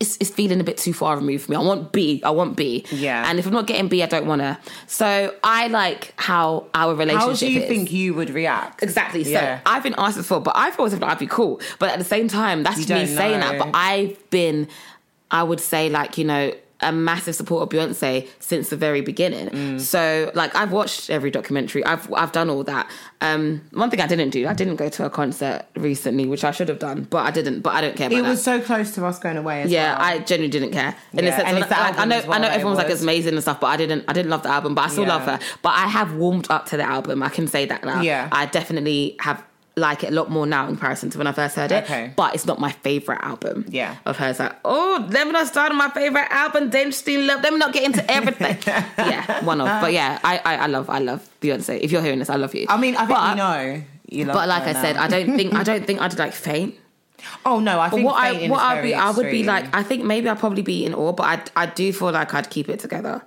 S1: it's, it's feeling a bit too far removed from me. I want B. I want B.
S2: Yeah.
S1: And if I'm not getting B, I don't want to. So I like how our relationship
S2: how do you
S1: is.
S2: think you would react?
S1: Exactly. So
S2: Yeah.
S1: I've been asked this before, but I've always thought I'd be cool. But at the same time, that's
S2: You
S1: me
S2: don't
S1: saying
S2: know.
S1: that. But I've been, I would say, like, you know, a massive supporter of Beyonce since the very beginning.
S2: Mm.
S1: So, like, I've watched every documentary. I've I've done all that. Um, one thing I didn't do, I didn't go to a concert recently, which I should have done, but I didn't. But I don't care. About
S2: It
S1: that.
S2: was so close to us going away. As
S1: Yeah,
S2: well.
S1: I genuinely didn't care. In
S2: Yeah,
S1: the sense,
S2: and
S1: of,
S2: it's the
S1: like, I
S2: album
S1: know,
S2: as well
S1: I know,
S2: that it
S1: everyone's like
S2: was.
S1: it's amazing and stuff, but I didn't, I didn't love the album, but I still
S2: Yeah.
S1: love her. But I have warmed up to the album. I can say that now.
S2: Yeah.
S1: I definitely have like it a lot more now in comparison to when I first heard it.
S2: Okay.
S1: but it's not my favorite album.
S2: Yeah.
S1: of hers. Like, oh, let me not start on my favorite album. Then still love. Let me not get into everything. yeah, one of. But yeah, I, I, I love, I love Beyonce. If you're hearing this, I love you.
S2: I mean, I think
S1: but,
S2: you know. You love
S1: But like
S2: her
S1: I
S2: now.
S1: said, I don't think, I don't think I'd like faint.
S2: oh no, I think
S1: What I
S2: fainting
S1: what
S2: is
S1: I'd
S2: very
S1: be I would be
S2: extreme.
S1: like I think maybe I'd probably be in awe, but I I do feel like I'd keep it together.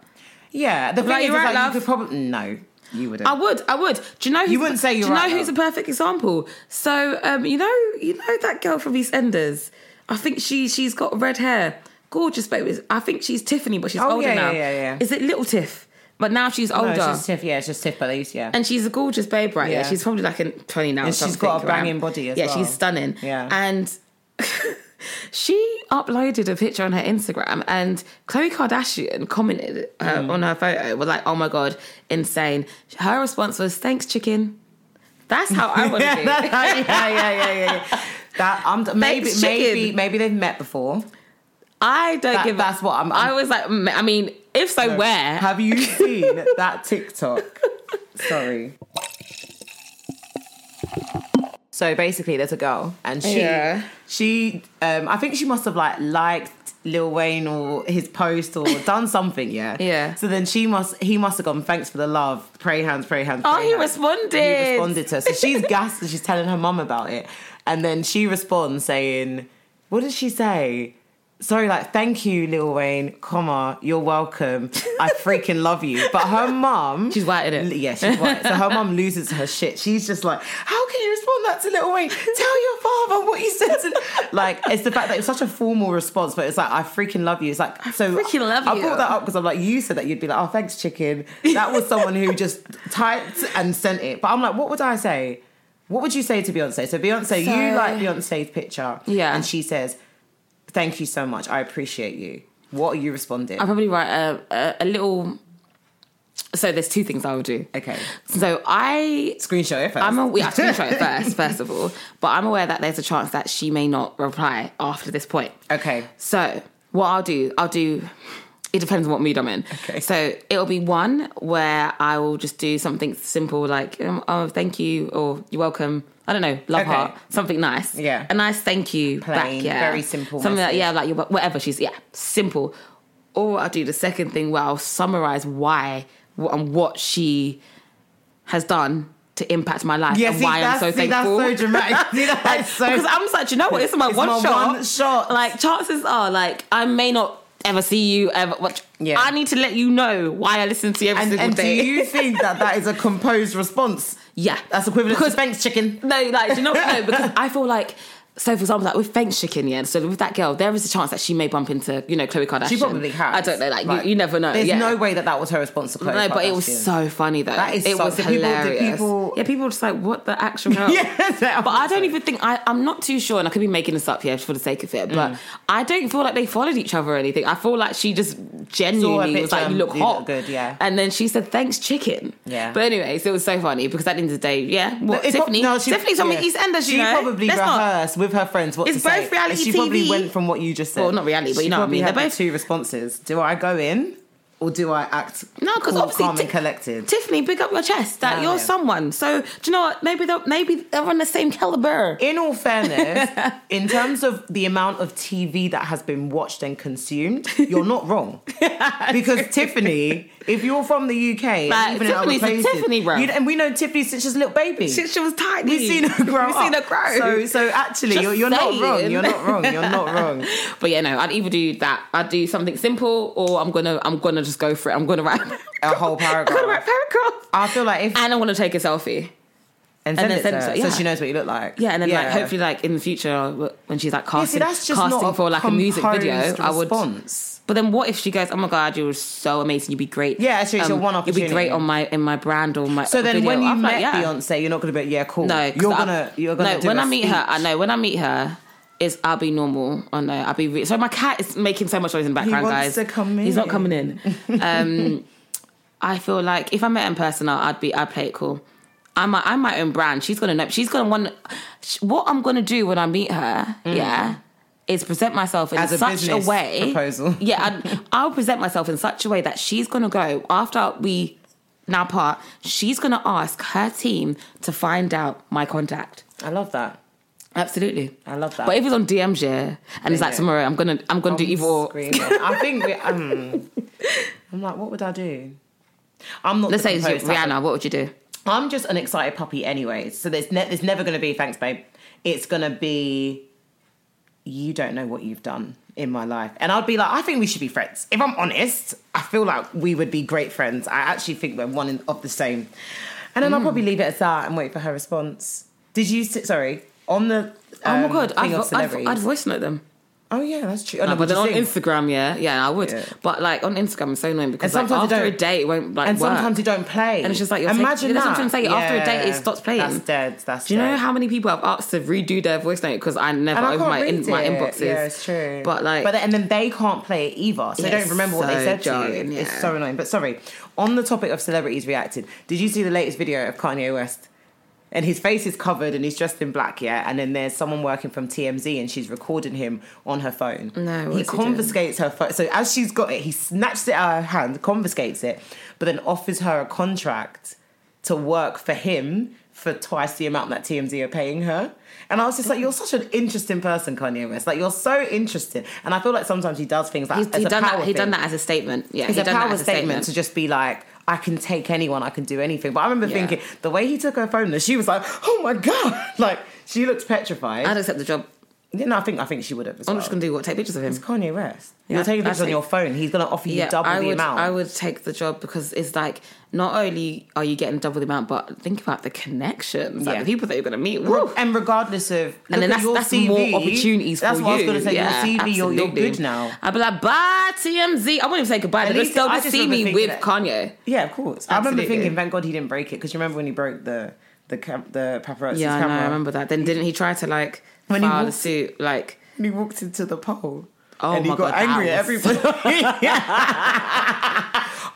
S2: yeah. The thing
S1: like,
S2: is,
S1: you're
S2: is,
S1: right,
S2: like,
S1: love.
S2: you could probably no, you wouldn't.
S1: I would, I would. Do you know? Who's,
S2: You wouldn't say you're
S1: Do you know
S2: right,
S1: who's
S2: though.
S1: a perfect example? So um, you know, you know that girl from EastEnders. I think she she's got red hair, gorgeous baby. I think she's Tiffany, but she's
S2: Oh,
S1: older
S2: yeah, yeah,
S1: now.
S2: yeah, yeah.
S1: Is it Little Tiff? But now she's older.
S2: no, it's just tiff. Yeah, it's just tiff. But these, yeah.
S1: and she's a gorgeous babe, right? Yeah,
S2: Yeah.
S1: she's probably like in twenty now. or
S2: And she's
S1: something,
S2: got a
S1: right?
S2: banging body as
S1: yeah,
S2: well.
S1: she's stunning.
S2: Yeah.
S1: and she uploaded a picture on her Instagram, and Khloe Kardashian commented uh,
S2: Mm.
S1: on her photo, was like, "Oh my god, insane!" Her response was, "Thanks, chicken." That's how I want to
S2: yeah,
S1: be.
S2: that's how- yeah, yeah, yeah, yeah, yeah. That I'm maybe
S1: Baked
S2: maybe
S1: chicken.
S2: maybe they've met before.
S1: I don't
S2: That-
S1: give. a-
S2: that's what I'm-
S1: I was like. mm, I mean, if so, where?
S2: Have you seen that TikTok? Sorry. So basically, there's a girl, and she
S1: Yeah.
S2: she um I think she must have like liked Lil Wayne or his post or done something, yeah.
S1: Yeah.
S2: So then she must he must have gone, thanks for the love, pray hands, pray hands.
S1: Oh,
S2: pray
S1: he
S2: hands."
S1: responded.
S2: He responded to her. So she's gassed and she's telling her mum about it. And then she responds saying, What did she say? Sorry, like, thank you, Lil Wayne, comma, you're welcome. I freaking love you. But her mum.
S1: She's white, innit?
S2: Yeah, she's white. So her mum loses her shit. She's just like, How can you respond that to Lil Wayne? Tell your father what you said to. Like, it's the fact that it's such a formal response, but it's like, I freaking love you. It's like, so.
S1: freaking love
S2: I
S1: you.
S2: brought that up because I'm like, you said that you'd be like, oh, thanks, chicken. That was someone who just typed and sent it. But I'm like, what would I say? What would you say to Beyonce? So Beyonce,
S1: So-
S2: you like Beyonce's picture,
S1: Yeah.
S2: and she says, "Thank you so much. I appreciate you." What are you responding?
S1: I probably write a, a, a little. So there's two things I would do.
S2: okay,
S1: So I
S2: screenshot it 1st
S1: I'm a, we have to try it first, first of all. But I'm aware that there's a chance that she may not reply after this point.
S2: okay,
S1: So what I'll do, I'll do. It depends on what mood I'm in.
S2: Okay.
S1: So it'll be one where I will just do something simple like, um, oh, thank you, or you're welcome. I don't know, love
S2: Okay.
S1: heart, something nice.
S2: Yeah.
S1: A nice thank you.
S2: Plain,
S1: back, yeah.
S2: very simple
S1: Something like,
S2: message.
S1: yeah, like you're, whatever she's, yeah, simple. Or I'll do the second thing where I'll summarize why wh- and what she has done to impact my life
S2: yeah.
S1: and
S2: see,
S1: why I'm
S2: that's,
S1: so
S2: see,
S1: thankful.
S2: that's so dramatic. See, that's so.
S1: Because I'm just like, you know what? It's my,
S2: It's
S1: one,
S2: my
S1: shot.
S2: one shot.
S1: Like chances are, like I may not ever see you ever. Watch.
S2: Yeah.
S1: I need to let you know why I listen to you every
S2: and
S1: single
S2: and do
S1: day.
S2: you think that that is a composed response?
S1: yeah,
S2: That's equivalent
S1: Because
S2: to thanks, chicken.
S1: no, like do you know, what? no, because I feel like. So, for example, like with Thanks Chicken, yeah. So with that girl, there is a chance that she may bump into, you know, Chloe Kardashian.
S2: She probably has.
S1: I don't know. Like, you, you never know.
S2: There's
S1: yeah.
S2: no way that that was her response to Khloe
S1: No, but it was
S2: Kardashian.
S1: so funny though.
S2: That is
S1: it
S2: so-
S1: was
S2: the people- the
S1: hilarious.
S2: people-
S1: yeah, people were just like, what the actual hell?
S2: Yes, that
S1: but I
S2: was
S1: don't
S2: so-
S1: even think I, I'm not too sure,
S2: Mm.
S1: and I could be making this up here for the sake of it. But I don't feel like they followed each other or anything. I feel like she just genuinely
S2: picture
S1: was like, "You
S2: and
S1: look
S2: you look
S1: hot,
S2: good, yeah.
S1: And then she said, "Thanks, chicken."
S2: Yeah.
S1: But anyway, so it was so funny because at the end of the day, yeah, what
S2: It prob-
S1: Tiffany?
S2: no, she-
S1: Tiffany's from
S2: yeah.
S1: the East End, as you
S2: she
S1: know.
S2: probably
S1: Let's not-
S2: rehearsed with her friends what
S1: It's
S2: to say.
S1: both reality
S2: and she probably
S1: TV.
S2: went from what you just said.
S1: Well, not reality, but
S2: She
S1: you know what I
S2: probably
S1: mean.
S2: had
S1: They're
S2: the
S1: both-
S2: two responses: Do I go in, or do I act
S1: No, 'cause
S2: cool,
S1: obviously
S2: calm
S1: Ti-
S2: and collected?
S1: Tiffany, pick up your chest. That
S2: No.
S1: you're someone. So do you know what? Maybe they're maybe they're on the same caliber.
S2: in all fairness, in terms of the amount of TV that has been watched and consumed, you're not wrong. because Tiffany, if you're from the UK,
S1: Like,
S2: even in other
S1: Tiffany's a
S2: places,
S1: Tiffany, bro.
S2: you- and we know Tiffany since she's a little baby.
S1: Since she was tiny,
S2: We've seen her grow
S1: We've
S2: up.
S1: seen her grow.
S2: So, so actually,
S1: Just
S2: you're, you're not wrong.
S1: saying.
S2: You're not wrong. You're not wrong.
S1: But yeah, no, I'd either do that. I'd do something simple, or I'm gonna I'm gonna just go for it. I'm gonna write
S2: A whole
S1: I'm gonna
S2: paragraph.
S1: write a paragraph,
S2: I feel like if
S1: and I'm gonna take a selfie.
S2: and send
S1: then
S2: it
S1: send
S2: to
S1: it
S2: her,
S1: to- yeah.
S2: so she knows what you look like.
S1: Yeah, and then like
S2: Yeah.
S1: hopefully like in the future when she's like
S2: Yeah, see,
S1: casting,
S2: that's just
S1: casting
S2: not a
S1: for like a music video,
S2: composed
S1: I would.
S2: response.
S1: But then what if she goes, "Oh my god, you were so amazing. You'd be great. Um,
S2: Yeah, actually, it's your one
S1: You'd be great
S2: opportunity.
S1: on my in my brand or my."
S2: So then,
S1: video.
S2: when you
S1: I'm like,
S2: met
S1: yeah.
S2: Beyonce, you're not going to be like, yeah, cool.
S1: No, 'cause
S2: you're
S1: I-
S2: gonna you're gonna.
S1: No,
S2: do
S1: when
S2: a
S1: I meet her,
S2: speech.
S1: I know when I meet her. Is I'll be normal. Oh no, I'll be. Re- so my cat is making so much noise in the background, guys.
S2: wants to come
S1: He's not
S2: in.
S1: coming in. Um, I feel like if I met her in person, I- I'd be. I'd play it cool. I'm. My, I'm my own brand. She's gonna know. She's gonna want. sh- What I'm gonna do when I meet her, yeah, is present myself in
S2: As a
S1: such a
S2: business
S1: way.
S2: proposal.
S1: Yeah, I'd, I'll present myself in such a way that she's gonna go after we now part. She's gonna ask her team to find out my contact.
S2: I love that.
S1: Absolutely,
S2: I love that.
S1: But if it's on DMs, yeah, and it's like
S2: Yeah.
S1: tomorrow, I'm gonna I'm gonna do
S2: I'm
S1: either. or.
S2: screaming. I think we. Um, I'm like, what would I do? I'm not.
S1: Let's
S2: the
S1: say it's
S2: proposed type of-
S1: Rihanna. What would you do?
S2: I'm just an excited puppy, anyways. So there's ne- there's never going to be thanks, babe. It's going to be you don't know what you've done in my life, and I'd be like, I think we should be friends. If I'm honest, I feel like we would be great friends. I actually think we're one in- of the same, and then I'll
S1: Mm.
S2: probably leave it at that and wait for her response. Did you? s- Sorry, on the
S1: oh
S2: um,
S1: my god,
S2: thing
S1: I'd,
S2: of
S1: vo- I'd,
S2: celebrities.
S1: I'd voice note them.
S2: oh yeah, that's true. Oh, no,
S1: No, but
S2: what do
S1: then
S2: you
S1: on
S2: think?
S1: Instagram, yeah, yeah, I would.
S2: Yeah.
S1: But like on Instagram, it's so annoying because
S2: And
S1: like,
S2: sometimes it
S1: after a
S2: don't-
S1: day, it won't like
S2: and
S1: work.
S2: sometimes you don't play,
S1: And it's just like, you're
S2: imagine
S1: taking- that's
S2: that.
S1: what I'm trying to say, after a date, it stops playing.
S2: That's dead. That's
S1: do you know
S2: dead.
S1: how many people I've asked to redo their voice note because I never
S2: and I
S1: open
S2: can't
S1: my
S2: read
S1: in, my
S2: it.
S1: inboxes?
S2: Yeah, it's true.
S1: But like,
S2: but then, and then they can't play it either, so they
S1: Yeah,
S2: don't remember what they
S1: so
S2: said to
S1: jarring,
S2: you. It's
S1: yeah.
S2: so annoying. But sorry, on the topic of celebrities reacted, did you see the latest video of Kanye West? And his face is covered, and he's dressed in black, yeah. And then there's someone working from TMZ, and she's recording him on her phone.
S1: No, what
S2: he
S1: is he doing?
S2: confiscates her phone. So as she's got it, he snatches it out of her hand, confiscates it, but then offers her a contract to work for him for twice the amount that TMZ are paying her. And I was
S1: Mm-hmm.
S2: just like, you're such an interesting person, Kanye West. Like, you're so interesting. And I feel like sometimes he does things like
S1: he,
S2: as
S1: he
S2: a
S1: done that.
S2: power
S1: He
S2: thing.
S1: done that as a statement. Yeah,
S2: It's
S1: he
S2: a
S1: done that
S2: power
S1: as a
S2: statement to just be like, I can take anyone, I can do anything. But I remember
S1: Yeah.
S2: thinking the way he took her phone, and she was like, "Oh my god!" Like she looked petrified.
S1: I'd accept the job.
S2: you know, I think I think she would have. As
S1: I'm
S2: well.
S1: just gonna do what take pictures of him.
S2: It's Kanye West.
S1: Yeah,
S2: You're
S1: I
S2: taking pictures on
S1: think-
S2: your phone. He's going to offer you double
S1: I
S2: the
S1: would,
S2: amount.
S1: I would take the job because it's like not only are you getting double the amount, but think about the connections, like
S2: Yeah.
S1: the people that you're gonna meet.
S2: Re-
S1: Woo.
S2: and regardless of look
S1: And then
S2: at
S1: that's,
S2: your
S1: that's
S2: CV,
S1: more opportunities
S2: That's
S1: for
S2: what
S1: you.
S2: I was going to say.
S1: Yeah,
S2: your CV, you're, you're
S1: absolutely.
S2: good now.
S1: I'd be like, bye, TMZ. I wouldn't even say goodbye. They'd
S2: least
S1: still
S2: I
S1: just
S2: just
S1: see
S2: remember
S1: me with
S2: thinking that-
S1: Kanye.
S2: Yeah, of course. I remember
S1: Absolutely.
S2: thinking, thank God he didn't break it because you remember when he broke the the cam- the paparazzi's
S1: Yeah, I know.
S2: camera
S1: I remember that. Then didn't he try to like
S2: When he
S1: file the
S2: walked-
S1: suit? Like,
S2: and he walked into the pole.
S1: Oh
S2: and he
S1: my
S2: got
S1: God,
S2: angry at
S1: that
S2: everybody.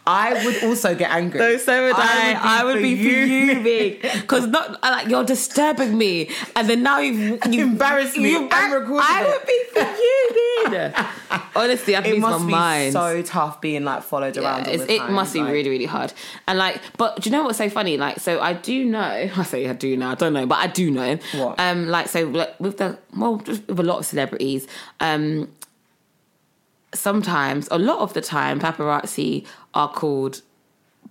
S2: I would also get angry.
S1: no, so would I. I would be,
S2: for you.
S1: because not I like you're disturbing me, and then now you've you
S2: Embarrassed me
S1: you've
S2: and
S1: embar-
S2: recorded
S1: I
S2: it.
S1: would be fuming. Honestly, I'd
S2: It
S1: lose
S2: must
S1: my
S2: be
S1: mind.
S2: so tough being like followed around. all
S1: it's-
S2: the
S1: it
S2: time,
S1: must be
S2: like-
S1: really, really hard. And like, but do you know what's so funny? Like, so I do know. I say I do know. I don't know, but I do know.
S2: What?
S1: Um, like, so like, with the well, just with a lot of celebrities, um, sometimes a lot of the time, paparazzi are called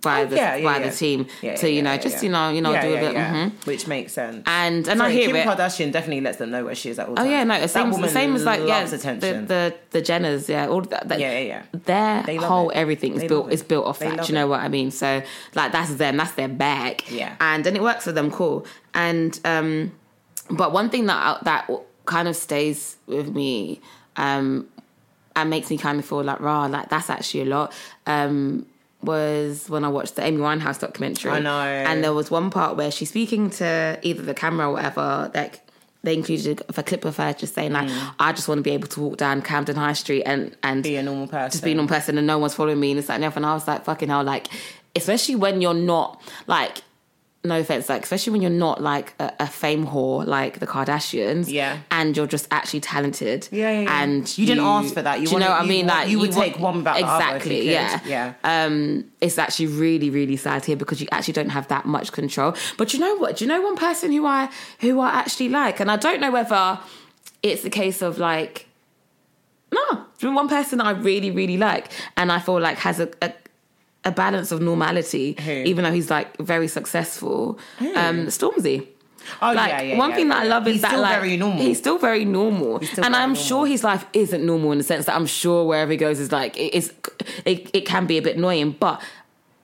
S1: by the
S2: Oh, Yeah, yeah,
S1: by
S2: yeah.
S1: the team
S2: Yeah,
S1: to
S2: yeah,
S1: you know
S2: yeah,
S1: just
S2: yeah.
S1: you know you know
S2: Yeah,
S1: do
S2: yeah,
S1: a bit.
S2: yeah.
S1: mhm.
S2: which makes sense.
S1: And and I
S2: Sorry,
S1: hear
S2: Kim
S1: it.
S2: Kardashian definitely lets them know where she is at all
S1: Oh
S2: times.
S1: yeah, no,
S2: That
S1: it's same,
S2: woman
S1: same as like yeah,
S2: loves
S1: the
S2: attention.
S1: the the Jenners, yeah, all that. that
S2: Yeah, yeah, yeah.
S1: Their
S2: They love
S1: whole
S2: it.
S1: everything is
S2: They love
S1: built
S2: it.
S1: is built off
S2: They
S1: that.
S2: love
S1: Do you know
S2: it.
S1: what I mean? So like that's them, that's their bag.
S2: Yeah.
S1: and and it works for them, cool. And um, but one thing that I- that kind of stays with me, um, and makes me kind of feel like rah, like that's actually a lot. Um. Was when I watched the Amy Winehouse documentary.
S2: I know.
S1: And there was one part where she's speaking to either the camera or whatever, like they included a clip of her just saying like,
S2: Mm.
S1: I just want to be able to walk down Camden High Street and and
S2: Be a normal person.
S1: just being on person and no one's following me and it's like and everything. I was like, fucking hell, like especially when you're not like no offense, like especially when you're not like a, a fame whore like the Kardashians,
S2: Yeah.
S1: and you're just actually talented,
S2: Yeah, yeah, yeah.
S1: and
S2: You didn't ask for that. You
S1: do you know
S2: wanted-
S1: what I
S2: you
S1: mean?
S2: want-
S1: like
S2: you would
S1: want-
S2: take one without the other if
S1: exactly,
S2: you could.
S1: yeah, Um, it's actually really, really sad here because you actually don't have that much control. But you know what? Do you know one person who I who I actually like, and I don't know whether it's the case of like no, there's one person that I really, really like, and I feel like has a a, a balance of normality,
S2: Who?
S1: even though he's like very successful. Um, Stormzy.
S2: Oh
S1: Like
S2: yeah, yeah.
S1: one
S2: yeah,
S1: thing
S2: yeah,
S1: that I
S2: yeah.
S1: love is
S2: he's
S1: that
S2: still
S1: like
S2: very normal.
S1: he's still very normal,
S2: still
S1: and
S2: very
S1: I'm
S2: normal.
S1: sure his life isn't normal in the sense that I'm sure wherever he goes is like it is, it, it can be a bit annoying. But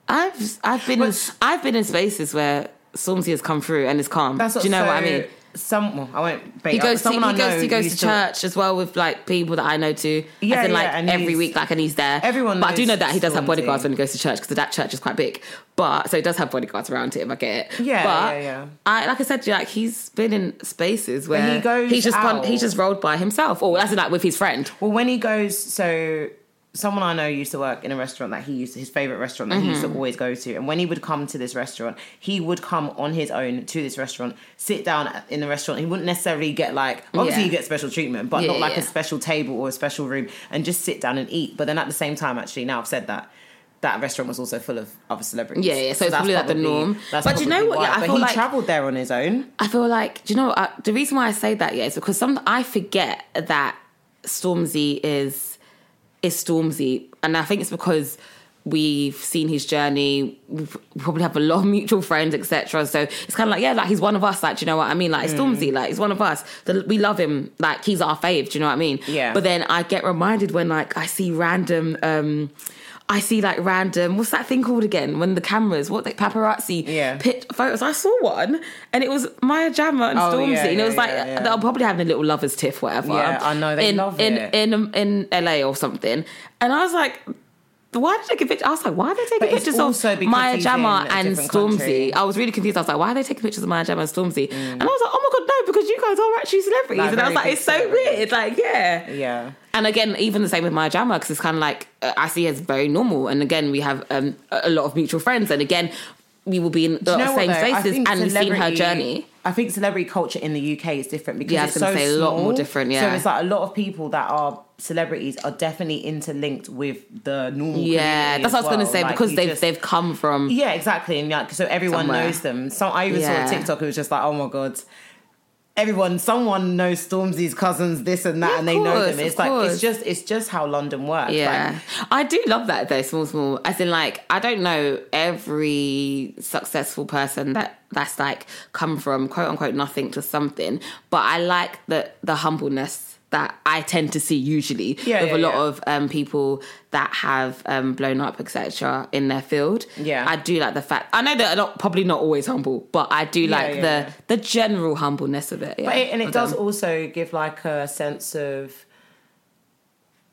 S1: I've I've been in,
S2: But-
S1: I've been in spaces where Stormzy has come through and is calm.
S2: That's
S1: Do you know what I
S2: so-
S1: mean?
S2: Some well, I won't. Bait
S1: He goes, to, he
S2: Someone I know
S1: goes, he goes
S2: used
S1: to church as well with like people that I know too.
S2: Yeah,
S1: Yeah, in,
S2: yeah,
S1: like
S2: and
S1: every
S2: he's-
S1: week, like, and he's there.
S2: Everyone
S1: but I do
S2: knows
S1: know that he does have
S2: Stormzy.
S1: bodyguards when he goes to church because that church is quite big. But so he does have bodyguards around him. I get it.
S2: Yeah,
S1: but
S2: yeah, yeah.
S1: I like I said, to you, like he's been in spaces where
S2: he goes
S1: He's just gone,
S2: out.
S1: he's just rolled by himself, or as in like with his friend.
S2: Well, when he goes, so someone I know used to work in a restaurant that he used his favorite restaurant that he
S1: Mm-hmm.
S2: used to always go to, and when he would come to this restaurant, he would come on his own to this restaurant, sit down at- in the restaurant. He wouldn't necessarily get like obviously
S1: Yeah.
S2: you get special treatment, but
S1: Yeah,
S2: not like a
S1: yeah.
S2: special table or a special room, and just sit down and eat. But then at the same time, actually, now I've said that. That restaurant was also full of other celebrities.
S1: Yeah, yeah, so it's probably like the norm.
S2: That's
S1: But do you know
S2: probably
S1: what? Yeah,
S2: why.
S1: I
S2: but
S1: feel
S2: he
S1: like-
S2: travelled there on his own.
S1: I feel like do you know uh, the reason why I say that yeah is because some I forget that Stormzy is is Stormzy, and I think it's because we've seen his journey. We probably have a lot of mutual friends, etc. So it's kind of like yeah, like he's one of us. Like do you know what I mean? Like it's Stormzy, like he's one of us. The, we love him. Like he's our fave. Do you know what I mean?
S2: Yeah.
S1: But then I get reminded when like I see random. um I see like random. What's that thing called again? When the cameras, what the paparazzi
S2: Yeah.
S1: pit photos. I saw one, and it was Maya Jama and
S2: Oh,
S1: Stormzy,
S2: yeah,
S1: and it was
S2: yeah,
S1: like
S2: yeah, yeah.
S1: they're probably having a little lovers tiff, whatever.
S2: Yeah, I know, they
S1: in,
S2: love
S1: in,
S2: it.
S1: in in LA or something. And I was like, why did they take pictures? I was like, why are they taking
S2: But it's
S1: pictures
S2: also
S1: of
S2: because
S1: Maya
S2: he's
S1: Jama
S2: in a
S1: and
S2: different
S1: Stormzy?
S2: country. Mm.
S1: I was really confused. I was like, why are they taking pictures of Maya Jama and Stormzy? And I was like, oh my god, no, because you guys are actually celebrities.
S2: Like,
S1: and I
S2: very
S1: was like,
S2: big
S1: it's so
S2: celebrities.
S1: weird. Like, yeah.
S2: Yeah.
S1: And again, even the same with Maya Jama, because it's kind of like uh, I see her as very normal. And again, we have um, a a lot of mutual friends, and again, we will be in the
S2: Do you know what,
S1: same
S2: though? I
S1: spaces,
S2: think
S1: and we've seen her
S2: celebrity-
S1: journey.
S2: I think celebrity culture in the UK is different because
S1: Yeah, I was
S2: it's so
S1: gonna say a lot more
S2: small.
S1: different,
S2: so
S1: yeah.
S2: it's like a lot of people that are celebrities are definitely interlinked with the normal.
S1: Yeah, that's what
S2: community
S1: I
S2: as
S1: was going
S2: well.
S1: to say
S2: Like,
S1: because
S2: you
S1: they've
S2: just-
S1: they've come from
S2: yeah, exactly, and like so everyone
S1: Somewhere.
S2: knows them. So I even
S1: Yeah.
S2: saw a TikTok. It was just like, oh my god. Everyone, someone knows Stormzy's cousins, this and that,
S1: Yeah, of
S2: and they know
S1: course,
S2: them. It's
S1: of
S2: like
S1: course.
S2: it's just it's just how London works. Like,
S1: Yeah. I do love that though, small, small. As in like I don't know every successful person that that's like come from quote unquote nothing to something. But I like the the humbleness that I tend to see usually
S2: Yeah,
S1: with a
S2: yeah,
S1: lot
S2: yeah.
S1: of um, people that have um, blown up, etc., in their field.
S2: Yeah.
S1: I do like the fact I know they're not probably not always humble, but I do like
S2: yeah,
S1: the
S2: yeah.
S1: the general humbleness of it. Yeah,
S2: But it, and it
S1: of
S2: does
S1: them.
S2: also give like a sense of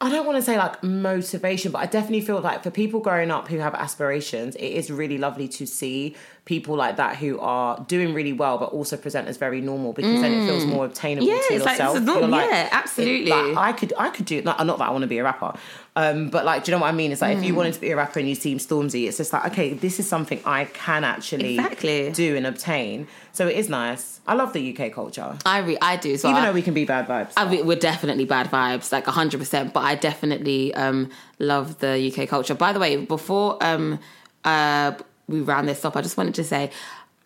S2: I don't want to say like motivation, but I definitely feel like for people growing up who have aspirations, it is really lovely to see people like that who are doing really well, but also present as very normal because then it feels more obtainable
S1: Mm. Yeah,
S2: to
S1: it's like, this
S2: yourself.
S1: is
S2: You're
S1: normal.
S2: like,
S1: Yeah,
S2: it-
S1: absolutely.
S2: like, I could, I could do not, not that I want to be a rapper, um, but like, do you know what I mean? It's like if
S1: Mm.
S2: you wanted to be a rapper and you seem Stormzy, it's just like okay, this is something I can actually
S1: Exactly.
S2: do and obtain. So it is nice. I love the UK culture.
S1: I re- I do as well.
S2: Even
S1: I-
S2: though we can be bad vibes.
S1: I mean, we're definitely bad vibes, like hundred percent. But I definitely um, love the UK culture. By the way, before um, uh, we round this up, I just wanted to say,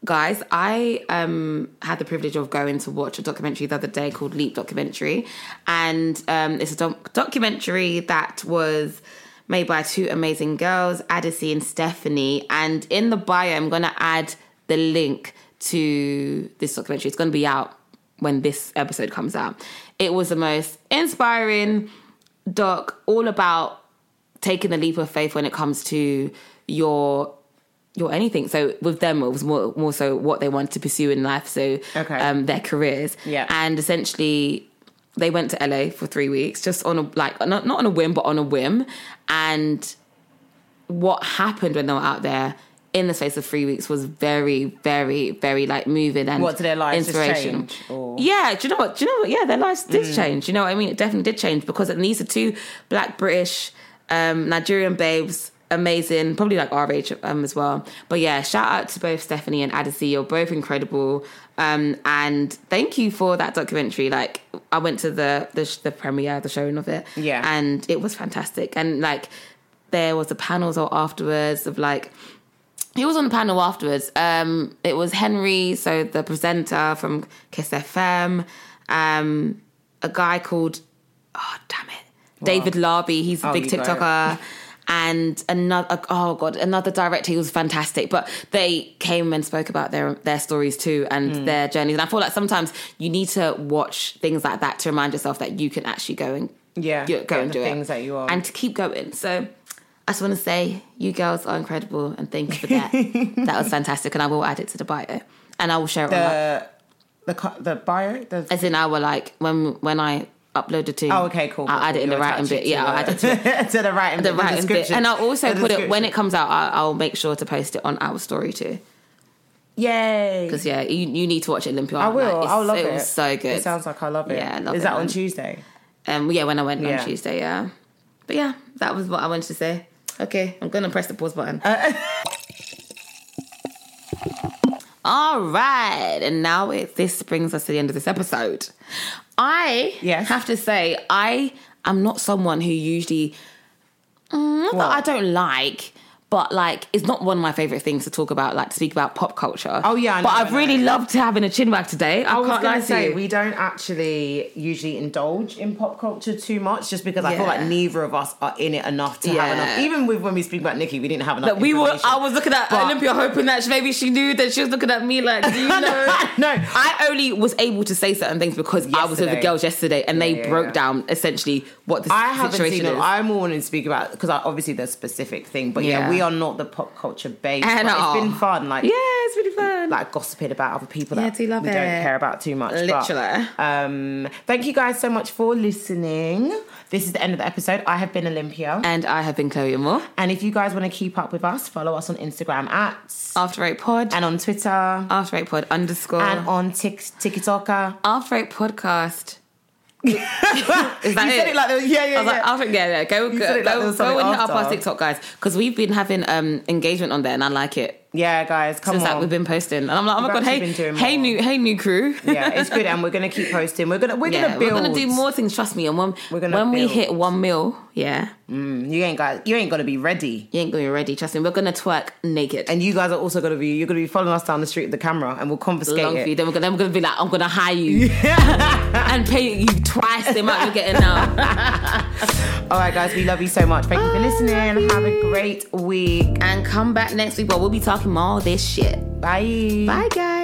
S1: guys, I um, had the privilege of going to watch a documentary the other day called Leap Documentary, and um, it's a doc- documentary that was made by two amazing girls, Addisy and Stephanie. And in the bio, I'm going to add the link to this documentary. It's going to be out when this episode comes out. It was the most inspiring doc all about taking the leap of faith when it comes to your your anything. So with them, it was more more so what they wanted to pursue in life. So
S2: Okay.
S1: um, their careers.
S2: Yeah.
S1: And essentially, they went to LA for three weeks, just on a like not not on a whim, but on a whim. And what happened when they were out there in the space of three weeks was very, very, very like moving and
S2: What, did their lives just
S1: inspirational.
S2: change, or-
S1: Yeah, do you know what? Do you know what? Yeah, their lives did change. You know what I mean? It definitely did change because and these are two black British um, Nigerian babes. Amazing, probably like our age um, as well. But yeah, shout out to both Stephanie and Adisi. You're both incredible, um, and thank you for that documentary. Like, I went to the the, sh- the premiere, the showing of it,
S2: Yeah.
S1: and it was fantastic. And like, there was a panels or afterwards of like he was on the panel afterwards. Um, it was Henry, so the presenter from Kiss FM, um, a guy called oh damn it, David Larby. He's a
S2: Oh,
S1: big
S2: you got it.
S1: TikToker, and another oh god, another director. He was fantastic, but they came and spoke about their their stories too and
S2: Hmm.
S1: their journeys. And I feel like sometimes you need to watch things like that to remind yourself that you can actually go and
S2: Yeah,
S1: you- go
S2: get
S1: and
S2: the
S1: do
S2: things
S1: it
S2: that you are.
S1: and to keep going. So I just want to say you girls are incredible and thank you for that. that was fantastic, and I will add it to the bio and I will share it. on my,
S2: the the co- the bio the
S1: as in, I will like when when I upload the thing.
S2: Oh, okay, cool.
S1: I'll add it in the
S2: You'll
S1: writing
S2: attach
S1: bit.
S2: it to
S1: Yeah, I'll add it to
S2: the- to the writing
S1: the
S2: bit,
S1: writing bit,
S2: description.
S1: and I'll also
S2: The
S1: put it when
S2: description.
S1: it comes out. I'll, I'll make sure to post it on our story too.
S2: Yay!
S1: Because yeah, you, you need to watch Olympia.
S2: I will. I'll love it.
S1: It was so good.
S2: It sounds like I love it.
S1: Yeah, I love
S2: Is
S1: it,
S2: that on
S1: man.
S2: Tuesday?
S1: Um, yeah, when I went
S2: Yeah.
S1: on Tuesday, yeah. But yeah, that was what I wanted to say. Okay, I'm gonna press the pause button.
S2: Uh,
S1: All right, and now it, this brings us to the end of this episode. I
S2: Yes.
S1: have to say, I am not someone who usually, Mm, not
S2: What?
S1: that I don't like, but like it's not one of my favorite things to talk about, like to speak about pop culture.
S2: Oh, yeah, I
S1: but
S2: know,
S1: I've
S2: I know.
S1: really loved having a chin wag today. I,
S2: I was
S1: can't
S2: going
S1: lie
S2: to
S1: to
S2: say
S1: you.
S2: we don't actually usually indulge in pop culture too much, just because I
S1: Yeah.
S2: feel like neither of us are in it enough to have
S1: Yeah.
S2: enough. Even with when we speak about Nikki, we didn't have enough.
S1: But we were.
S2: information.
S1: I was looking at
S2: But-
S1: Olympia, hoping that she, maybe she knew that she was looking at me like, do you know?
S2: No.
S1: I only was able to say certain things because I was with the
S2: Yesterday.
S1: girls yesterday, and they
S2: yeah,
S1: broke
S2: yeah.
S1: down essentially what the
S2: I haven't
S1: situation
S2: seen it.
S1: is.
S2: I'm more wanting to speak about because obviously the specific thing, but yeah.
S1: Yeah.
S2: we are not the pop culture base.
S1: At
S2: but
S1: all.
S2: It's been fun, like
S1: yeah, it's really fun.
S2: like gossiping about other people
S1: Yeah, I
S2: that
S1: do love
S2: we
S1: it.
S2: don't care about too much. but,
S1: Literally.
S2: um, thank you guys so much for listening. This is the end of the episode. I have been Olympia.
S1: and I have been Chloe Moore
S2: And if you guys want to keep up with us, follow us on Instagram at
S1: after eight pod
S2: and on Twitter
S1: after eight pod underscore
S2: and on Tik TikToker.
S1: after eight podcast. is that
S2: you said it like there was, yeah, yeah,
S1: I was
S2: yeah.
S1: like, oh. after, yeah, yeah, go,
S2: said
S1: go,
S2: it like there
S1: go,
S2: was something
S1: and hit up our
S2: after.
S1: TikTok, guys, because we've been having um, engagement on there, and I like it.
S2: yeah, guys, come
S1: Since that
S2: on.
S1: we've been posting, and I'm like, oh my
S2: We've
S1: god, hey,
S2: actually been doing
S1: hey,
S2: more.
S1: new, hey, new crew.
S2: yeah, it's good, and we're gonna keep posting. We're gonna we're
S1: Yeah,
S2: gonna build.
S1: we're gonna do more things. Trust me. And when
S2: We're gonna
S1: when we
S2: build.
S1: hit one mil, yeah,
S2: You ain't got you ain't gonna be ready,
S1: you ain't gonna be ready. Trust me. We're gonna twerk naked
S2: and you guys are also gonna be you're gonna be following us down the street with the camera, and we'll confiscate
S1: long
S2: it.
S1: for you. Then we're gonna then we're gonna be like, I'm gonna hire you and pay you twice the amount you're getting now.
S2: All right, guys, we love you so much. Thank you for listening. Have a great week.
S1: And come back next week, but we'll be talking more of this shit.
S2: Bye.
S1: Bye, guys.